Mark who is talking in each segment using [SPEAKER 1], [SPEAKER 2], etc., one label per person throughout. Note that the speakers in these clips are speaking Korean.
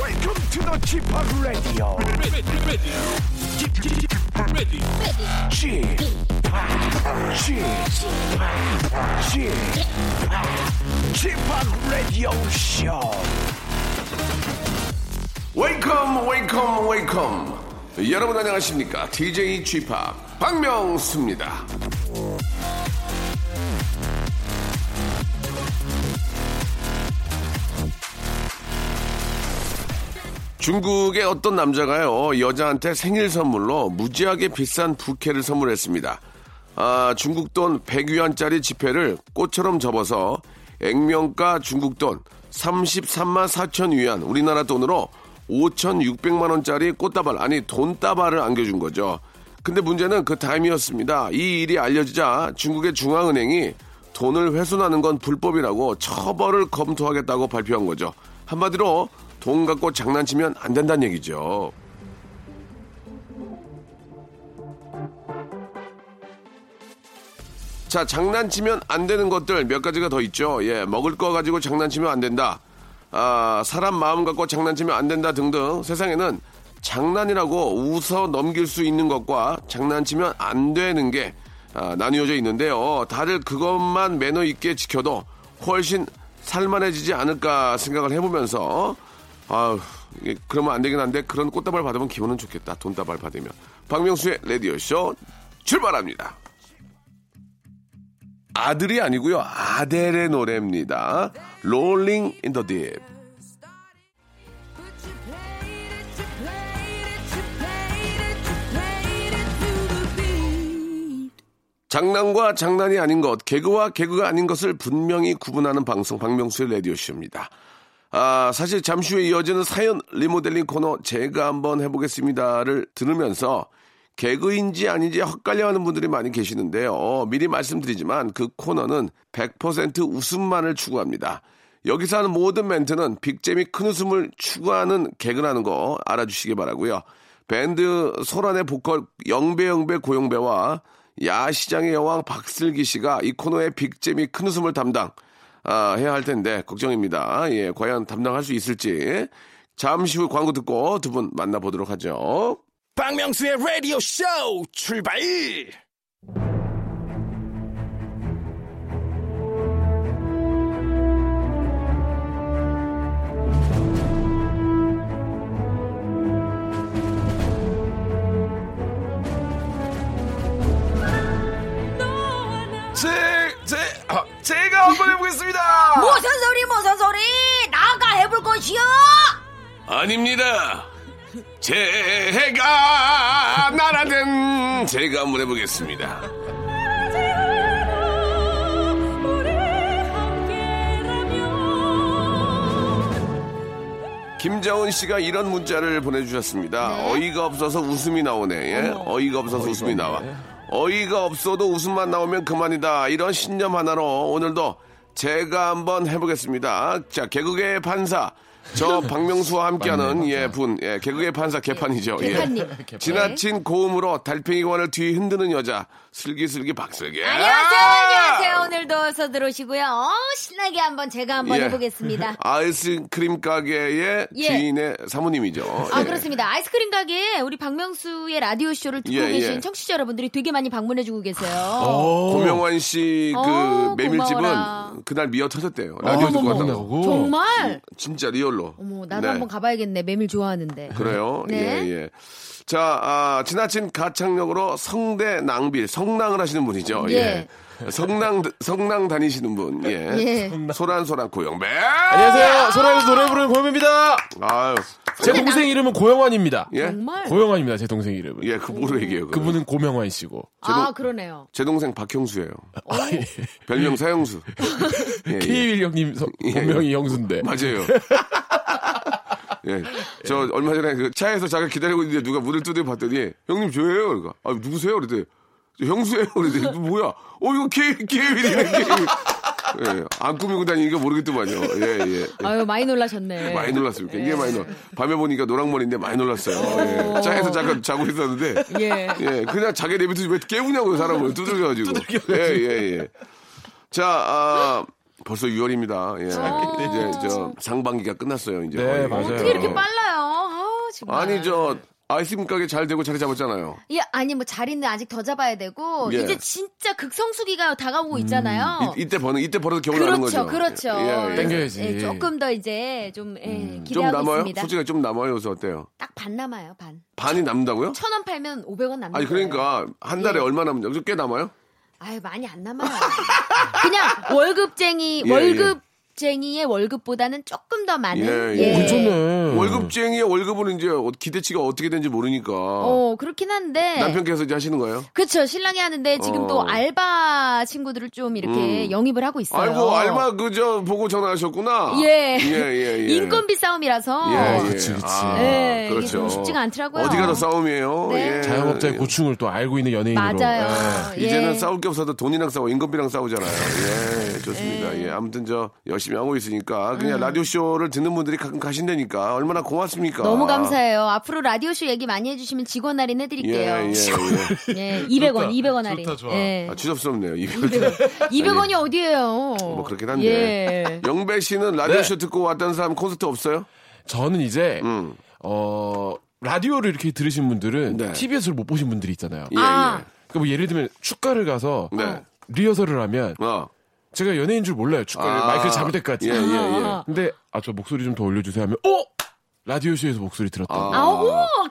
[SPEAKER 1] Welcome to the g p o p Radio.
[SPEAKER 2] ready, ready, ready,
[SPEAKER 1] g p o p g p g p o p Radio Show.
[SPEAKER 3] 웨이컴 웨이컴 웨이컴 여러분 안녕하십니까 DJ g 파 박명수입니다 중국의 어떤 남자가요 여자한테 생일 선물로 무지하게 비싼 부케를 선물했습니다 아 중국 돈 100위안짜리 지폐를 꽃처럼 접어서 액면가 중국 돈 33만 4천 위안 우리나라 돈으로 5,600만 원짜리 꽃다발 아니 돈다발을 안겨준 거죠. 근데 문제는 그 다임이었습니다. 이 일이 알려지자 중국의 중앙은행이 돈을 훼손하는 건 불법이라고 처벌을 검토하겠다고 발표한 거죠. 한마디로 돈 갖고 장난치면 안 된다는 얘기죠. 자, 장난치면 안 되는 것들 몇 가지가 더 있죠. 예, 먹을 거 가지고 장난치면 안 된다. 아, 사람 마음 갖고 장난치면 안 된다 등등. 세상에는 장난이라고 웃어 넘길 수 있는 것과 장난치면 안 되는 게 아, 나뉘어져 있는데요. 다들 그것만 매너 있게 지켜도 훨씬 살만해지지 않을까 생각을 해보면서 아, 그러면 안 되긴 한데 그런 꽃다발 받으면 기분은 좋겠다. 돈다발 받으면. 박명수의 라디오 쇼 출발합니다. 아들이 아니고요. 아델의 노래입니다. Rolling in the Deep. 장난과 장난이 아닌 것, 개그와 개그가 아닌 것을 분명히 구분하는 방송 박명수의 라디오 쇼입니다. 아, 사실 잠시 후에 이어지는 사연 리모델링 코너 제가 한번 해보겠습니다를 들으면서 개그인지 아닌지 헛갈려하는 분들이 많이 계시는데요. 어, 미리 말씀드리지만 그 코너는 100% 웃음만을 추구합니다. 여기서 하는 모든 멘트는 빅잼이 큰 웃음을 추구하는 개그라는 거 알아주시기 바라고요. 밴드 소란의 보컬 영배영배 고영배와 야시장의 여왕 박슬기 씨가 이 코너의 빅잼이 큰 웃음을 담당 아, 해야 할 텐데 걱정입니다. 예, 과연 담당할 수 있을지 잠시 후 광고 듣고 두 분 만나보도록 하죠.
[SPEAKER 1] 박명수의 Radio Show 출발.
[SPEAKER 3] 제, 제, 아, 제가 한번 해보겠습니다.
[SPEAKER 4] 무슨 소리 무슨 소리 나가 해볼 것이요
[SPEAKER 3] 아닙니다. 제가 나라든 제가 한번 해보겠습니다. 김정은 씨가 이런 문자를 보내주셨습니다.
[SPEAKER 4] 네.
[SPEAKER 3] 어이가 없어서 웃음이 나오네. 예? 어이가 없어서 웃음이 나와. 어이가 없어도 웃음만 나오면 그만이다. 이런 신념 하나로 오늘도 제가 한번 해보겠습니다. 자, 개그계의 판사. 저 박명수와 함께하는 예, 분, 예, 개그의 판사 개판이죠. 예.
[SPEAKER 4] 개판님. 개판.
[SPEAKER 3] 지나친 고음으로 달팽이관을 뒤 흔드는 여자. 슬기슬기 박슬기.
[SPEAKER 4] 안녕하세요
[SPEAKER 3] 아!
[SPEAKER 4] 안녕하세요 오늘도 어서 들어오시고요 어, 신나게 한번 제가 한번
[SPEAKER 3] 예.
[SPEAKER 4] 해보겠습니다
[SPEAKER 3] 아이스크림 가게의
[SPEAKER 4] 예.
[SPEAKER 3] 주인의 사모님이죠.
[SPEAKER 4] 아
[SPEAKER 3] 예.
[SPEAKER 4] 그렇습니다 아이스크림 가게에 우리 박명수의 라디오 쇼를 듣고
[SPEAKER 3] 예, 어,
[SPEAKER 4] 계신
[SPEAKER 3] 예.
[SPEAKER 4] 청취자 여러분들이 되게 많이 방문해주고 계세요
[SPEAKER 3] 고명환 씨 그
[SPEAKER 4] 어,
[SPEAKER 3] 메밀집은
[SPEAKER 4] 고마워라.
[SPEAKER 3] 그날 미어 터졌대요.
[SPEAKER 5] 아,
[SPEAKER 3] 라디오 듣고
[SPEAKER 4] 어머머.
[SPEAKER 3] 왔다고.
[SPEAKER 4] 정말
[SPEAKER 3] 진짜 리얼로.
[SPEAKER 4] 어머 나도
[SPEAKER 3] 네.
[SPEAKER 4] 한번 가봐야겠네 메밀 좋아하는데
[SPEAKER 3] 그래요.
[SPEAKER 4] 네.
[SPEAKER 3] 예, 예. 자, 아, 지나친 가창력으로 성대 낭빌, 성낭을 하시는 분이죠. 예.
[SPEAKER 4] 예.
[SPEAKER 3] 성낭, 성낭 다니시는 분. 예.
[SPEAKER 4] 예.
[SPEAKER 3] 소란소란 고영배.
[SPEAKER 5] 안녕하세요. 소라에서 노래 부르는 고현입니다.
[SPEAKER 3] 아유.
[SPEAKER 5] 제 동생 이름은 고영환입니다.
[SPEAKER 3] 예?
[SPEAKER 4] 정말 음.
[SPEAKER 5] 고영환입니다. 제 동생 이름은.
[SPEAKER 3] 예, 그 뭐로 얘기해요. 그거는?
[SPEAKER 5] 그분은 고명환 씨고.
[SPEAKER 4] 아 그러네요
[SPEAKER 3] 제 동생 박형수예요
[SPEAKER 5] 아, 예.
[SPEAKER 3] 별명 사형수. 예, 예.
[SPEAKER 5] K1 형님 서- 본명이 형수인데.
[SPEAKER 3] 맞아요. 예. 저 얼마 전에 그 차에서 잠깐 기다리고 있는데 누가 문을 두드려 봤더니 형님 저예요. 그러니까 아 누구세요? 그랬더니 저 형수예요. 그랬더니 너 뭐야? 어 이거 케이 케이윌이네 케이윌. 예. 안 꾸미고 다니니까 모르겠더만요. 예 예.
[SPEAKER 4] 아유 많이 놀라셨네
[SPEAKER 3] 많이 놀랐어요. 굉장히 많이 놀. 밤에 보니까 노랑머리인데 많이 놀랐어요. 예. 차에서 잠깐 자고 있었는데
[SPEAKER 4] 예.
[SPEAKER 3] 예, 그냥 자기 내비두지 왜 깨우냐고요, 사람을. 두들겨가지고. 예, 예, 예. 자, 아, 벌써 6월입니다. 예. 이제 저 상반기가 끝났어요. 이제
[SPEAKER 5] 네,
[SPEAKER 3] 거의.
[SPEAKER 5] 맞아요.
[SPEAKER 4] 어떻게 이렇게 빨라요? 아, 정말.
[SPEAKER 3] 아니 저 아이스크림 가게 잘 되고 자리 잡았잖아요.
[SPEAKER 4] 예, 아니 뭐 자리는 아직 더 잡아야 되고
[SPEAKER 3] 예. 음,
[SPEAKER 4] 이제 진짜 극성수기가 다가오고 있잖아요.
[SPEAKER 3] 이, 이때 버는 이때 벌어서 겨울 나는
[SPEAKER 4] 그렇죠,
[SPEAKER 3] 거죠.
[SPEAKER 4] 그렇죠.
[SPEAKER 3] 예, 예.
[SPEAKER 5] 땡겨야지.
[SPEAKER 4] 예, 조금 더 이제 좀 예,
[SPEAKER 3] 좀
[SPEAKER 4] 기대하고
[SPEAKER 3] 남아요?
[SPEAKER 4] 있습니다.
[SPEAKER 3] 솔직히 좀 남아요. 요새 어때요?
[SPEAKER 4] 딱 반 남아요, 반.
[SPEAKER 3] 반이 남다고요?
[SPEAKER 4] 천 원 팔면 500원 남는
[SPEAKER 3] 아니
[SPEAKER 4] 거예요.
[SPEAKER 3] 그러니까 한 달에
[SPEAKER 4] 예.
[SPEAKER 3] 얼마 남죠? 그래서 꽤 남아요?
[SPEAKER 4] 아유 많이 안 남아요. 그냥 월급쟁이
[SPEAKER 3] 예,
[SPEAKER 4] 월급쟁이의 월급보다는 조금 더 많은.
[SPEAKER 3] 예, 예.
[SPEAKER 5] 괜찮네.
[SPEAKER 3] 월급쟁이의 월급은 이제 어- 기대치가 어떻게 되는지 모르니까
[SPEAKER 4] 어 그렇긴 한데.
[SPEAKER 3] 남편께서 이제 하시는 거예요?
[SPEAKER 4] 그쵸 신랑이 하는데 지금
[SPEAKER 3] 어. 음.
[SPEAKER 4] 또 알바 친구들을 좀 이렇게 영입을 하고 있어요.
[SPEAKER 3] 아이고 알마 그저 보고 전화하셨구나.
[SPEAKER 4] 예.
[SPEAKER 3] 예예예.
[SPEAKER 4] 인건비 싸움이라서.
[SPEAKER 3] 예, 예.
[SPEAKER 5] 그치, 그치.
[SPEAKER 3] 아,
[SPEAKER 4] 예, 이게
[SPEAKER 3] 그렇죠.
[SPEAKER 4] 좀 쉽지가 않더라고요.
[SPEAKER 3] 어디가 더 싸움이에요?
[SPEAKER 4] 네.
[SPEAKER 3] 예.
[SPEAKER 5] 자영업자의 고충을 또 알고 있는 연예인으로.
[SPEAKER 4] 맞아요. 예.
[SPEAKER 3] 이제는 싸울 게 없어도 돈이랑 싸워 인건비랑 싸우잖아요. 예, 좋습니다. 예, 아무튼 저 열심히 하고 있으니까
[SPEAKER 4] 음.
[SPEAKER 3] 그냥 라디오 쇼를 듣는 분들이 가끔 가신다니까 얼마나 고맙습니까?
[SPEAKER 4] 너무 감사해요. 앞으로 라디오쇼 얘기 많이 해주시면 직원 할인 해드릴게요.
[SPEAKER 3] 예, 예, 예.
[SPEAKER 4] 예, 200원, 200원 할인.
[SPEAKER 2] 좋다, 좋아.
[SPEAKER 4] 예.
[SPEAKER 3] 아, 추접스럽네요. 이
[SPEAKER 4] 200원이 어디예요?
[SPEAKER 3] 아, 뭐 그렇긴 한데.
[SPEAKER 4] 예.
[SPEAKER 3] 영배 씨는 라디오
[SPEAKER 5] 네.
[SPEAKER 3] 쇼 듣고 왔다는 사람 콘서트 없어요?
[SPEAKER 5] 저는 이제 어 라디오를 이렇게 들으신 분들은
[SPEAKER 3] 음. 네.
[SPEAKER 5] TV에서 못 보신 분들이 있잖아요.
[SPEAKER 3] 예,
[SPEAKER 4] 아.
[SPEAKER 5] 그러니까 뭐 예를 들면 축가를 가서
[SPEAKER 3] 네.
[SPEAKER 5] 리허설을 하면
[SPEAKER 3] 예. 어.
[SPEAKER 5] 제가 연예인 줄 몰라요. 축가를
[SPEAKER 3] 아.
[SPEAKER 5] 마이크를 잡을 때까지.
[SPEAKER 3] 예, 예, 예.
[SPEAKER 4] 아.
[SPEAKER 5] 근데 아 저 목소리 좀 더 올려주세요 하면 어 라디오쇼에서 목소리 들었다고.
[SPEAKER 3] 어.
[SPEAKER 4] 아, 오,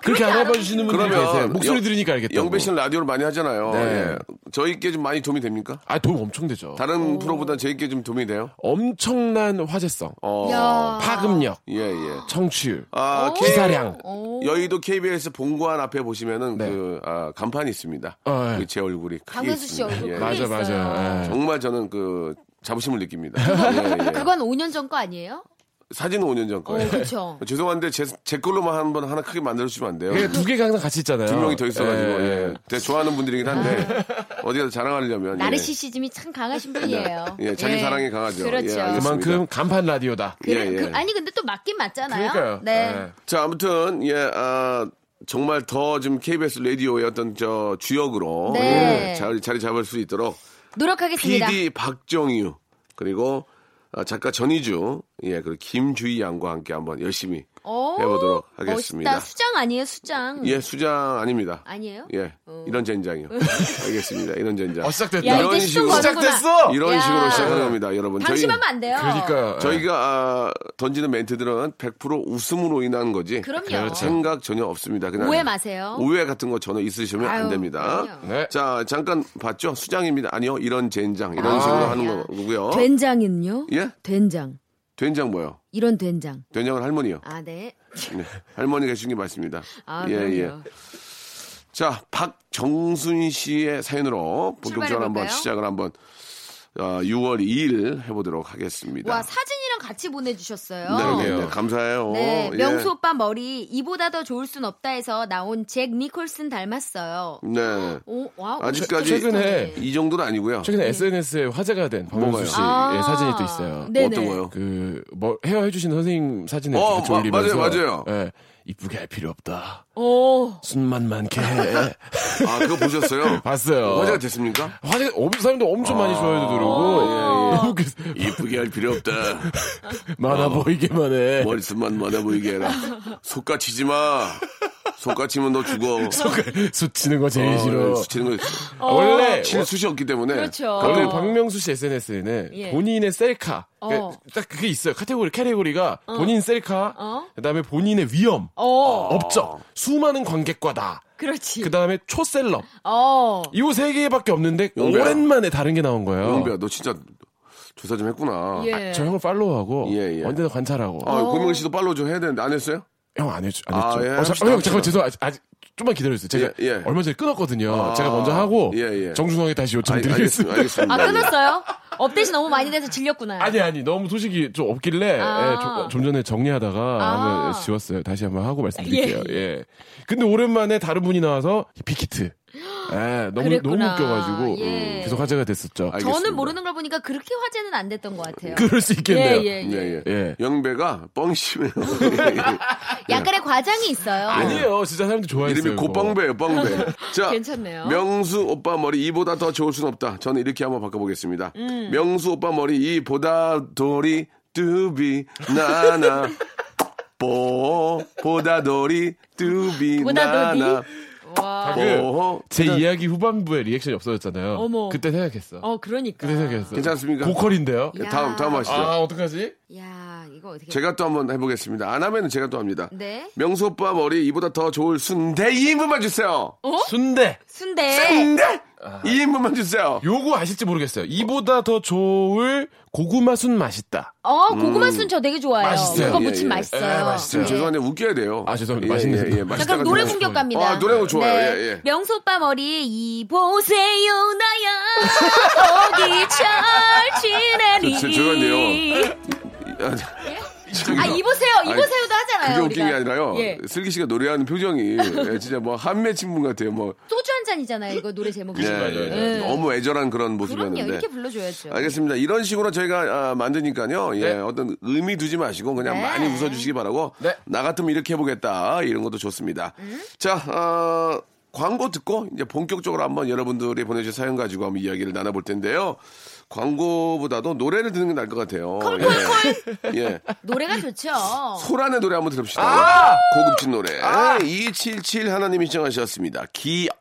[SPEAKER 5] 그렇게
[SPEAKER 4] 그렇게 알아.
[SPEAKER 5] 알아봐 주시는 분들이
[SPEAKER 3] 그러면
[SPEAKER 5] 계세요. 목소리
[SPEAKER 3] 영-
[SPEAKER 5] 들으니까 알겠다.
[SPEAKER 3] 영배 씨는 라디오를 많이 하잖아요.
[SPEAKER 5] 네.
[SPEAKER 3] 예. 저희께 좀 많이 도움이 됩니까?
[SPEAKER 5] 아돈 엄청 되죠.
[SPEAKER 4] 어.
[SPEAKER 3] 다른 프로보다 저희께 좀 도움이 돼요?
[SPEAKER 5] 엄청난 화제성,
[SPEAKER 3] 어.
[SPEAKER 4] 야. 어?
[SPEAKER 5] 파급력,
[SPEAKER 3] 예, 예.
[SPEAKER 5] 청취율,
[SPEAKER 3] 아, K-
[SPEAKER 5] 기사량.
[SPEAKER 4] 오.
[SPEAKER 3] 여의도 KBS 본관 앞에 보시면은
[SPEAKER 5] 네.
[SPEAKER 3] 그 아, 간판이 있습니다.
[SPEAKER 5] 아, 예.
[SPEAKER 3] 그제 얼굴이 크게
[SPEAKER 4] 강현수 씨
[SPEAKER 3] 있습니다.
[SPEAKER 4] 얼굴
[SPEAKER 3] 예.
[SPEAKER 4] 크게
[SPEAKER 5] 맞아
[SPEAKER 4] 있어요.
[SPEAKER 5] 맞아. 예.
[SPEAKER 3] 정말 저는 그 자부심을 느낍니다. 예, 예.
[SPEAKER 4] 그건 5년 전 거 아니에요?
[SPEAKER 3] 사진은 5년 전
[SPEAKER 4] 어,
[SPEAKER 3] 거예요.
[SPEAKER 4] 그렇죠.
[SPEAKER 3] 죄송한데 제, 제 걸로만 한 번 하나 크게 만들어 주시면 안 돼요.
[SPEAKER 5] 그게 두 개가 항상 같이 있잖아요.
[SPEAKER 3] 두 명이 더 있어가지고
[SPEAKER 5] 예.
[SPEAKER 3] 예. 제가 좋아하는 분들이긴 한데 어디 가서 자랑하려면 예.
[SPEAKER 4] 나르시시즘이 참 강하신 분이에요.
[SPEAKER 3] 예, 자기 사랑이 강하죠.
[SPEAKER 4] 그렇죠.
[SPEAKER 3] 예, 알겠습니다.
[SPEAKER 5] 그만큼 간판 라디오다.
[SPEAKER 4] 그,
[SPEAKER 3] 예, 예.
[SPEAKER 4] 그- 아니 근데 또 맞긴 맞잖아요.
[SPEAKER 5] 그러니까요.
[SPEAKER 4] 네.
[SPEAKER 5] 예.
[SPEAKER 3] 자, 아무튼 예, 아, 정말 더 지금 KBS 라디오의 어떤 저 주역으로
[SPEAKER 4] 네.
[SPEAKER 3] 예, 자리, 자리 잡을 수 있도록
[SPEAKER 4] 노력하겠습니다.
[SPEAKER 3] PD 박정유 그리고 아, 작가 전희주 예 그리고 김주희 양과 함께 한번 열심히
[SPEAKER 4] 오,
[SPEAKER 3] 해보도록 하겠습니다.
[SPEAKER 4] 어? 멋있다. 수장 아니에요, 수장.
[SPEAKER 3] 예 수장 아닙니다.
[SPEAKER 4] 음. 아니에요? 음.
[SPEAKER 3] 예 이런 젠장이요. 알겠습니다. 이런 젠장.
[SPEAKER 5] 어, 시작됐다.
[SPEAKER 4] 야,
[SPEAKER 3] 이런
[SPEAKER 4] 이제 시동
[SPEAKER 3] 식으로
[SPEAKER 4] 거는구나.
[SPEAKER 3] 이런
[SPEAKER 4] 야.
[SPEAKER 3] 식으로 시작하는 겁니다, 여러분. 저희
[SPEAKER 4] 방심하면 안 돼요.
[SPEAKER 5] 그러니까
[SPEAKER 3] 저희가 아, 던지는 멘트들은 100% 웃음으로 인한 거지.
[SPEAKER 4] 그럼요.
[SPEAKER 5] 그렇죠.
[SPEAKER 3] 생각 전혀 없습니다. 그냥
[SPEAKER 4] 오해 마세요.
[SPEAKER 3] 오해 같은 거 전혀 있으시면 안
[SPEAKER 4] 그렇죠? 아유,
[SPEAKER 3] 됩니다.
[SPEAKER 4] 그럼요.
[SPEAKER 5] 네.
[SPEAKER 3] 자 잠깐 봤죠? 수장입니다. 아니요, 이런 젠장 이런 식으로 하는 거고요.
[SPEAKER 4] 예. 된장은요?
[SPEAKER 3] 어? 예?
[SPEAKER 4] 된장.
[SPEAKER 3] 된장 뭐요?
[SPEAKER 4] 이런 된장.
[SPEAKER 3] 된장은 할머니요.
[SPEAKER 4] 아, 네.
[SPEAKER 3] 네, 할머니가 해주신 게 맞습니다.
[SPEAKER 4] 아,
[SPEAKER 3] 예,
[SPEAKER 4] 그럼요.
[SPEAKER 3] 예. 자, 박정순 씨의 사연으로 본격적으로 한번
[SPEAKER 4] 출발해볼까요?
[SPEAKER 3] 시작을 한번 어, 6월 2일 해보도록 하겠습니다.
[SPEAKER 4] 와, 사진이랑 같이 보내주셨어요.
[SPEAKER 3] 아. 네, 네, 네,
[SPEAKER 5] 그러게요.
[SPEAKER 3] 감사해요.
[SPEAKER 4] 네, 명수
[SPEAKER 3] 예.
[SPEAKER 4] 오빠 머리 이보다 더 좋을 순 없다 해서 나온 잭 니콜슨 닮았어요.
[SPEAKER 3] 네.
[SPEAKER 4] 오, 와우. 네.
[SPEAKER 3] 아직까지
[SPEAKER 5] 최근에 예,
[SPEAKER 3] 이 정도는 아니고요.
[SPEAKER 4] 예.
[SPEAKER 5] 최근에 SNS에 화제가 된 박명수
[SPEAKER 3] 뭐가요?
[SPEAKER 5] 씨의 예, 사진이 또 있어요.
[SPEAKER 4] 아. 네네.
[SPEAKER 3] 어떤 거요?
[SPEAKER 5] 그, 뭐, 헤어 해주시는 선생님 사진을
[SPEAKER 3] 어,
[SPEAKER 5] 같이
[SPEAKER 3] 마-
[SPEAKER 5] 올리면서.
[SPEAKER 3] 맞아요, 맞아요.
[SPEAKER 5] 예. 이쁘게 할 필요 없다.
[SPEAKER 4] 오,
[SPEAKER 5] 순만 많게 해.
[SPEAKER 3] 아, 그거 보셨어요?
[SPEAKER 5] 봤어요.
[SPEAKER 3] 화제가 됐습니까?
[SPEAKER 5] 화제, 어, 사람들 엄청 많이 좋아해도
[SPEAKER 3] 예,
[SPEAKER 5] 그러고.
[SPEAKER 3] 이쁘게 할 필요 없다. 어.
[SPEAKER 5] 많아 보이기만 해.
[SPEAKER 3] 머리숱만 많아 보이게 해라. 속가치지 마. 속가치면 너 죽어.
[SPEAKER 5] 수치는 거 제일 싫어.
[SPEAKER 3] 예,
[SPEAKER 5] 어.
[SPEAKER 3] 수치는 거
[SPEAKER 5] 원래
[SPEAKER 3] 실수시 없기 때문에.
[SPEAKER 4] 그렇죠.
[SPEAKER 5] 원래
[SPEAKER 4] 어.
[SPEAKER 5] 박명수 씨 SNS에는
[SPEAKER 4] 예.
[SPEAKER 5] 본인의 셀카 그러니까
[SPEAKER 4] 어.
[SPEAKER 5] 딱 그게 있어요 카테고리 카테고리가 본인 셀카
[SPEAKER 4] 어.
[SPEAKER 5] 그다음에 본인의 위험
[SPEAKER 4] 어,
[SPEAKER 5] 업적 수많은 관객과 나
[SPEAKER 4] 그렇지.
[SPEAKER 5] 그다음에 초셀럽
[SPEAKER 4] 어,
[SPEAKER 5] 이거 세 개밖에 없는데
[SPEAKER 3] 영배야.
[SPEAKER 5] 오랜만에 다른 게 나온 거예요 아,
[SPEAKER 3] 영배야, 너 진짜 조사 좀 했구나.
[SPEAKER 4] 예.
[SPEAKER 5] 저 형을 팔로우하고
[SPEAKER 3] 예, 예.
[SPEAKER 5] 언제나 관찰하고
[SPEAKER 3] 아, 고명 씨도 팔로우 좀 해야 되는데 안 했어요?
[SPEAKER 5] 형 안 해줘 안
[SPEAKER 3] 아,
[SPEAKER 5] 했죠
[SPEAKER 3] 예,
[SPEAKER 5] 어,
[SPEAKER 3] 합시다,
[SPEAKER 5] 자, 어, 형
[SPEAKER 3] 합시다.
[SPEAKER 5] 잠깐 죄송 아직, 아직 좀만 기다려주세요 제가
[SPEAKER 3] 예, 예.
[SPEAKER 5] 얼마 전에 끊었거든요 제가 먼저 하고
[SPEAKER 3] 예, 예.
[SPEAKER 5] 정중하게 다시
[SPEAKER 3] 아니, 알겠습-
[SPEAKER 5] 요청드리겠습니다
[SPEAKER 3] 알겠습니다.
[SPEAKER 4] 아, 끊었어요? 업데이트 너무 많이 돼서 질렸구나.
[SPEAKER 5] 아니 아니 너무 소식이 좀 없길래
[SPEAKER 4] 아.
[SPEAKER 5] 예, 좀, 좀 전에 정리하다가 한번 지웠어요. 다시 한번 하고 말씀드릴게요. 예. 근데 오랜만에 다른 분이 나와서 빅히트. 예, 너무 너무
[SPEAKER 4] 그랬구나.
[SPEAKER 5] 웃겨가지고
[SPEAKER 4] 예.
[SPEAKER 5] 계속 화제가 됐었죠.
[SPEAKER 3] 아이, 알겠습니다.
[SPEAKER 4] 저는 모르는 걸 보니까 그렇게 화제는 안 됐던 것 같아요.
[SPEAKER 5] 그럴 수
[SPEAKER 4] 예,
[SPEAKER 5] 있겠네요.
[SPEAKER 4] 예, 예.
[SPEAKER 3] 예, 예.
[SPEAKER 5] 예.
[SPEAKER 3] 영배가 뻥심해요.
[SPEAKER 4] 약간의 과장이 있어요.
[SPEAKER 5] 아니에요. 진짜 사람들 좋아했어요.
[SPEAKER 3] 이름이
[SPEAKER 5] 이거.
[SPEAKER 3] 고뻥배예요, 뻥배. 자,
[SPEAKER 6] 괜찮네요.
[SPEAKER 3] 명수 오빠 머리 이보다 더 좋을 순 없다. 저는 이렇게 한번 바꿔보겠습니다.
[SPEAKER 4] 음.
[SPEAKER 3] 명수 오빠 머리 이보다 돌이 뚜비 나나 보 보다 돌이 뚜비
[SPEAKER 4] 보다
[SPEAKER 3] 나나
[SPEAKER 6] 와.
[SPEAKER 5] 그,
[SPEAKER 3] 보
[SPEAKER 5] 제 이야기 후반부에 리액션이 없어졌잖아요.
[SPEAKER 6] 어머.
[SPEAKER 5] 그때 생각했어.
[SPEAKER 6] 어, 그러니까.
[SPEAKER 5] 그때 생각했어.
[SPEAKER 3] 괜찮습니까?
[SPEAKER 5] 보컬인데요.
[SPEAKER 3] 예, 다음 다음 하시죠.
[SPEAKER 5] 아 어떡하지?
[SPEAKER 4] 야 이거 어떻게?
[SPEAKER 3] 제가 또 한번 해보겠습니다. 안 하면 제가 또 합니다.
[SPEAKER 4] 네.
[SPEAKER 3] 명수 오빠 머리 이보다 더 좋을 순대 2인분만 주세요.
[SPEAKER 5] 어? 순대.
[SPEAKER 4] 순대.
[SPEAKER 3] 순대
[SPEAKER 4] 아.
[SPEAKER 3] 2인분만 주세요.
[SPEAKER 5] 요거 아실지 모르겠어요. 이보다 더 좋을 고구마 순 맛있다.
[SPEAKER 4] 어 고구마 순 저 되게 좋아해요.
[SPEAKER 5] 맛있어요.
[SPEAKER 4] 이거
[SPEAKER 3] 예,
[SPEAKER 4] 무침
[SPEAKER 3] 음. 예.
[SPEAKER 4] 맛있어요.
[SPEAKER 5] 예, 맛있어요.
[SPEAKER 3] 지금 죄송한데 웃겨야 돼요.
[SPEAKER 5] 아, 죄송합니다. 맛있는
[SPEAKER 3] 예, 예,
[SPEAKER 5] 거.
[SPEAKER 4] 자,
[SPEAKER 3] 맛있다가
[SPEAKER 4] 그럼 아. 네. 노래
[SPEAKER 3] 생각하고.
[SPEAKER 4] 공격 갑니다.
[SPEAKER 3] 아, 노래 좋아요.
[SPEAKER 4] 네.
[SPEAKER 3] 예, 예.
[SPEAKER 4] 명수 오빠 머리 이 보세요 나야 거기 잘 지내니.
[SPEAKER 3] 저- 저- 죄송한데요. 아, 자, 저기요.
[SPEAKER 4] 아 이보세요
[SPEAKER 3] 아니,
[SPEAKER 4] 이보세요도 하잖아요.
[SPEAKER 3] 그게 웃긴 게
[SPEAKER 4] 우리가.
[SPEAKER 3] 아니라요.
[SPEAKER 4] 예.
[SPEAKER 3] 슬기 씨가 노래하는 표정이 예, 진짜 뭐 한매 친분 같아요. 뭐
[SPEAKER 4] 소주 한 잔이잖아요. 이거 노래 제목이.
[SPEAKER 3] 예, 예. 너무 애절한 그런
[SPEAKER 4] 그럼요.
[SPEAKER 3] 모습이었는데.
[SPEAKER 4] 이렇게 불러줘야죠.
[SPEAKER 3] 알겠습니다. 이런 식으로 저희가 아, 만드니까요. 예, 어떤 의미 두지 마시고 그냥
[SPEAKER 4] 네.
[SPEAKER 3] 많이 웃어주시기 바라고.
[SPEAKER 5] 네.
[SPEAKER 3] 나 같으면 이렇게 해보겠다. 이런 것도 좋습니다.
[SPEAKER 4] 음.
[SPEAKER 3] 자, 어, 광고 듣고 이제 본격적으로 한번 여러분들이 보내주신 사연 가지고 한번 이야기를 나눠볼 텐데요. 광고보다도 노래를 듣는 게 나을 것 같아요. 예. 예.
[SPEAKER 4] 노래가 좋죠.
[SPEAKER 3] 소란의 노래 한번 들읍시다. 아! 고급진 노래. 277 하나님이 신청하셨습니다. 기억.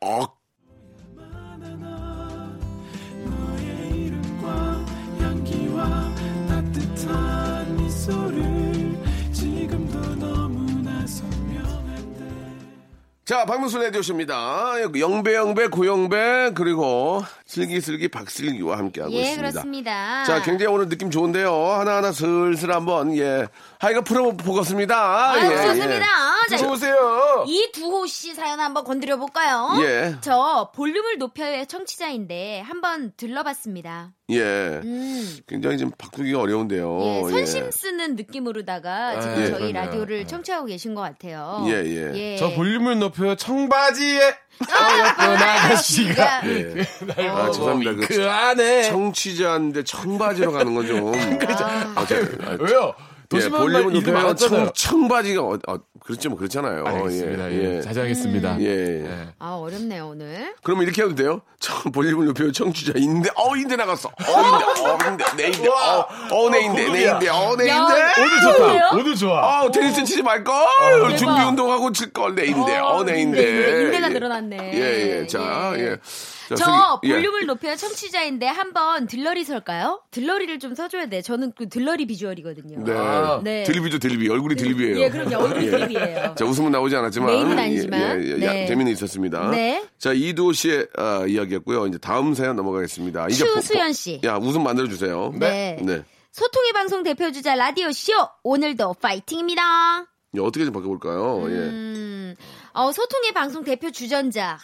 [SPEAKER 3] 자, 박명수 라디오쇼입니다. 영배, 영배, 고영배, 그리고 슬기슬기 박슬기와 함께하고
[SPEAKER 4] 예,
[SPEAKER 3] 있습니다.
[SPEAKER 4] 그렇습니다.
[SPEAKER 3] 자, 굉장히 오늘 느낌 좋은데요. 하나하나 슬슬 한번, 예. 하이가 풀어보겠습니다.
[SPEAKER 4] 아유,
[SPEAKER 3] 예,
[SPEAKER 4] 좋습니다. 자,
[SPEAKER 5] 들어오세요.
[SPEAKER 4] 이두호 씨 사연 한번 건드려 볼까요?
[SPEAKER 3] 예.
[SPEAKER 4] 저 볼륨을 높여의 청취자인데 한번 들러봤습니다.
[SPEAKER 3] 예. 예.
[SPEAKER 4] 음.
[SPEAKER 3] 굉장히 지금 바꾸기가 어려운데요.
[SPEAKER 4] 예,
[SPEAKER 3] 예. 아,
[SPEAKER 4] 선심 쓰는 느낌으로다가 지금
[SPEAKER 5] 예,
[SPEAKER 4] 저희
[SPEAKER 5] 그러네요.
[SPEAKER 4] 라디오를
[SPEAKER 5] 예.
[SPEAKER 4] 청취하고 계신 것 같아요.
[SPEAKER 3] 음. 예, 예.
[SPEAKER 5] 저 볼륨을 높여 청바지에 어여쁜 아가씨가
[SPEAKER 4] 그러니까
[SPEAKER 3] 아, 죄송합니다. 그
[SPEAKER 5] 그 안에
[SPEAKER 3] 청취자인데 청바지로 가는 건 좀. 아, 저- 아, 저-
[SPEAKER 5] 왜요?
[SPEAKER 3] 예,
[SPEAKER 5] 도시만
[SPEAKER 3] 볼륨은 이렇게
[SPEAKER 5] 많
[SPEAKER 3] 많아. 청,
[SPEAKER 5] 잖아요
[SPEAKER 3] 청바지가, 어, 어, 그렇지 뭐 그렇잖아요.
[SPEAKER 5] 알겠습니다.
[SPEAKER 3] 예,
[SPEAKER 5] 예,
[SPEAKER 3] 예.
[SPEAKER 5] 자제하겠습니다.
[SPEAKER 3] 예,
[SPEAKER 5] 예.
[SPEAKER 4] 아, 어렵네요, 오늘.
[SPEAKER 3] 그러면 이렇게 해도 돼요? 청, 볼륨을 높여 청취자인데, 어, 인데 나갔어. 어, 인데, 어, 인데, 내 인데, 어, 어, 내 인데, 내 인데, 어, 내 인데.
[SPEAKER 5] 네. 오늘
[SPEAKER 4] 그래요?
[SPEAKER 5] 좋다. 오늘 좋아.
[SPEAKER 3] 어, 테니스 치지 말걸. 준비 운동하고 칠걸, 내 인데, 어, 내 인데.
[SPEAKER 4] 인데, 인데가
[SPEAKER 3] 예.
[SPEAKER 4] 늘어났네.
[SPEAKER 3] 예, 예. 자, 예. 자,
[SPEAKER 4] 저
[SPEAKER 3] 슬기- 예.
[SPEAKER 4] 볼륨을 높여 청취자인데 한번 들러리 설까요? 들러리를 좀 서줘야 돼. 저는 그 들러리 비주얼이거든요.
[SPEAKER 3] 네.
[SPEAKER 5] 아.
[SPEAKER 4] 네.
[SPEAKER 3] 드립이죠, 드립이. 얼굴이 드립이에요.
[SPEAKER 4] 예, 그럼요. 얼굴이
[SPEAKER 3] 예.
[SPEAKER 4] 드립이에요.
[SPEAKER 3] 자, 웃음은 나오지 않았지만.
[SPEAKER 4] 메인은 아니지만.
[SPEAKER 3] 예, 예, 예.
[SPEAKER 4] 네.
[SPEAKER 3] 재미는 있었습니다.
[SPEAKER 4] 네.
[SPEAKER 3] 자, 이도 씨의 아, 이야기였고요. 이제 다음 사연 넘어가겠습니다. 이제
[SPEAKER 4] 추수연 씨.
[SPEAKER 3] 보- 야, 웃음 만들어주세요.
[SPEAKER 4] 네.
[SPEAKER 3] 네.
[SPEAKER 4] 소통의 방송 대표주자 라디오쇼. 오늘도 파이팅입니다.
[SPEAKER 3] 이제 어떻게 좀 바꿔볼까요? 예.
[SPEAKER 4] 음, 어, 소통의 방송 대표 주전자. 하,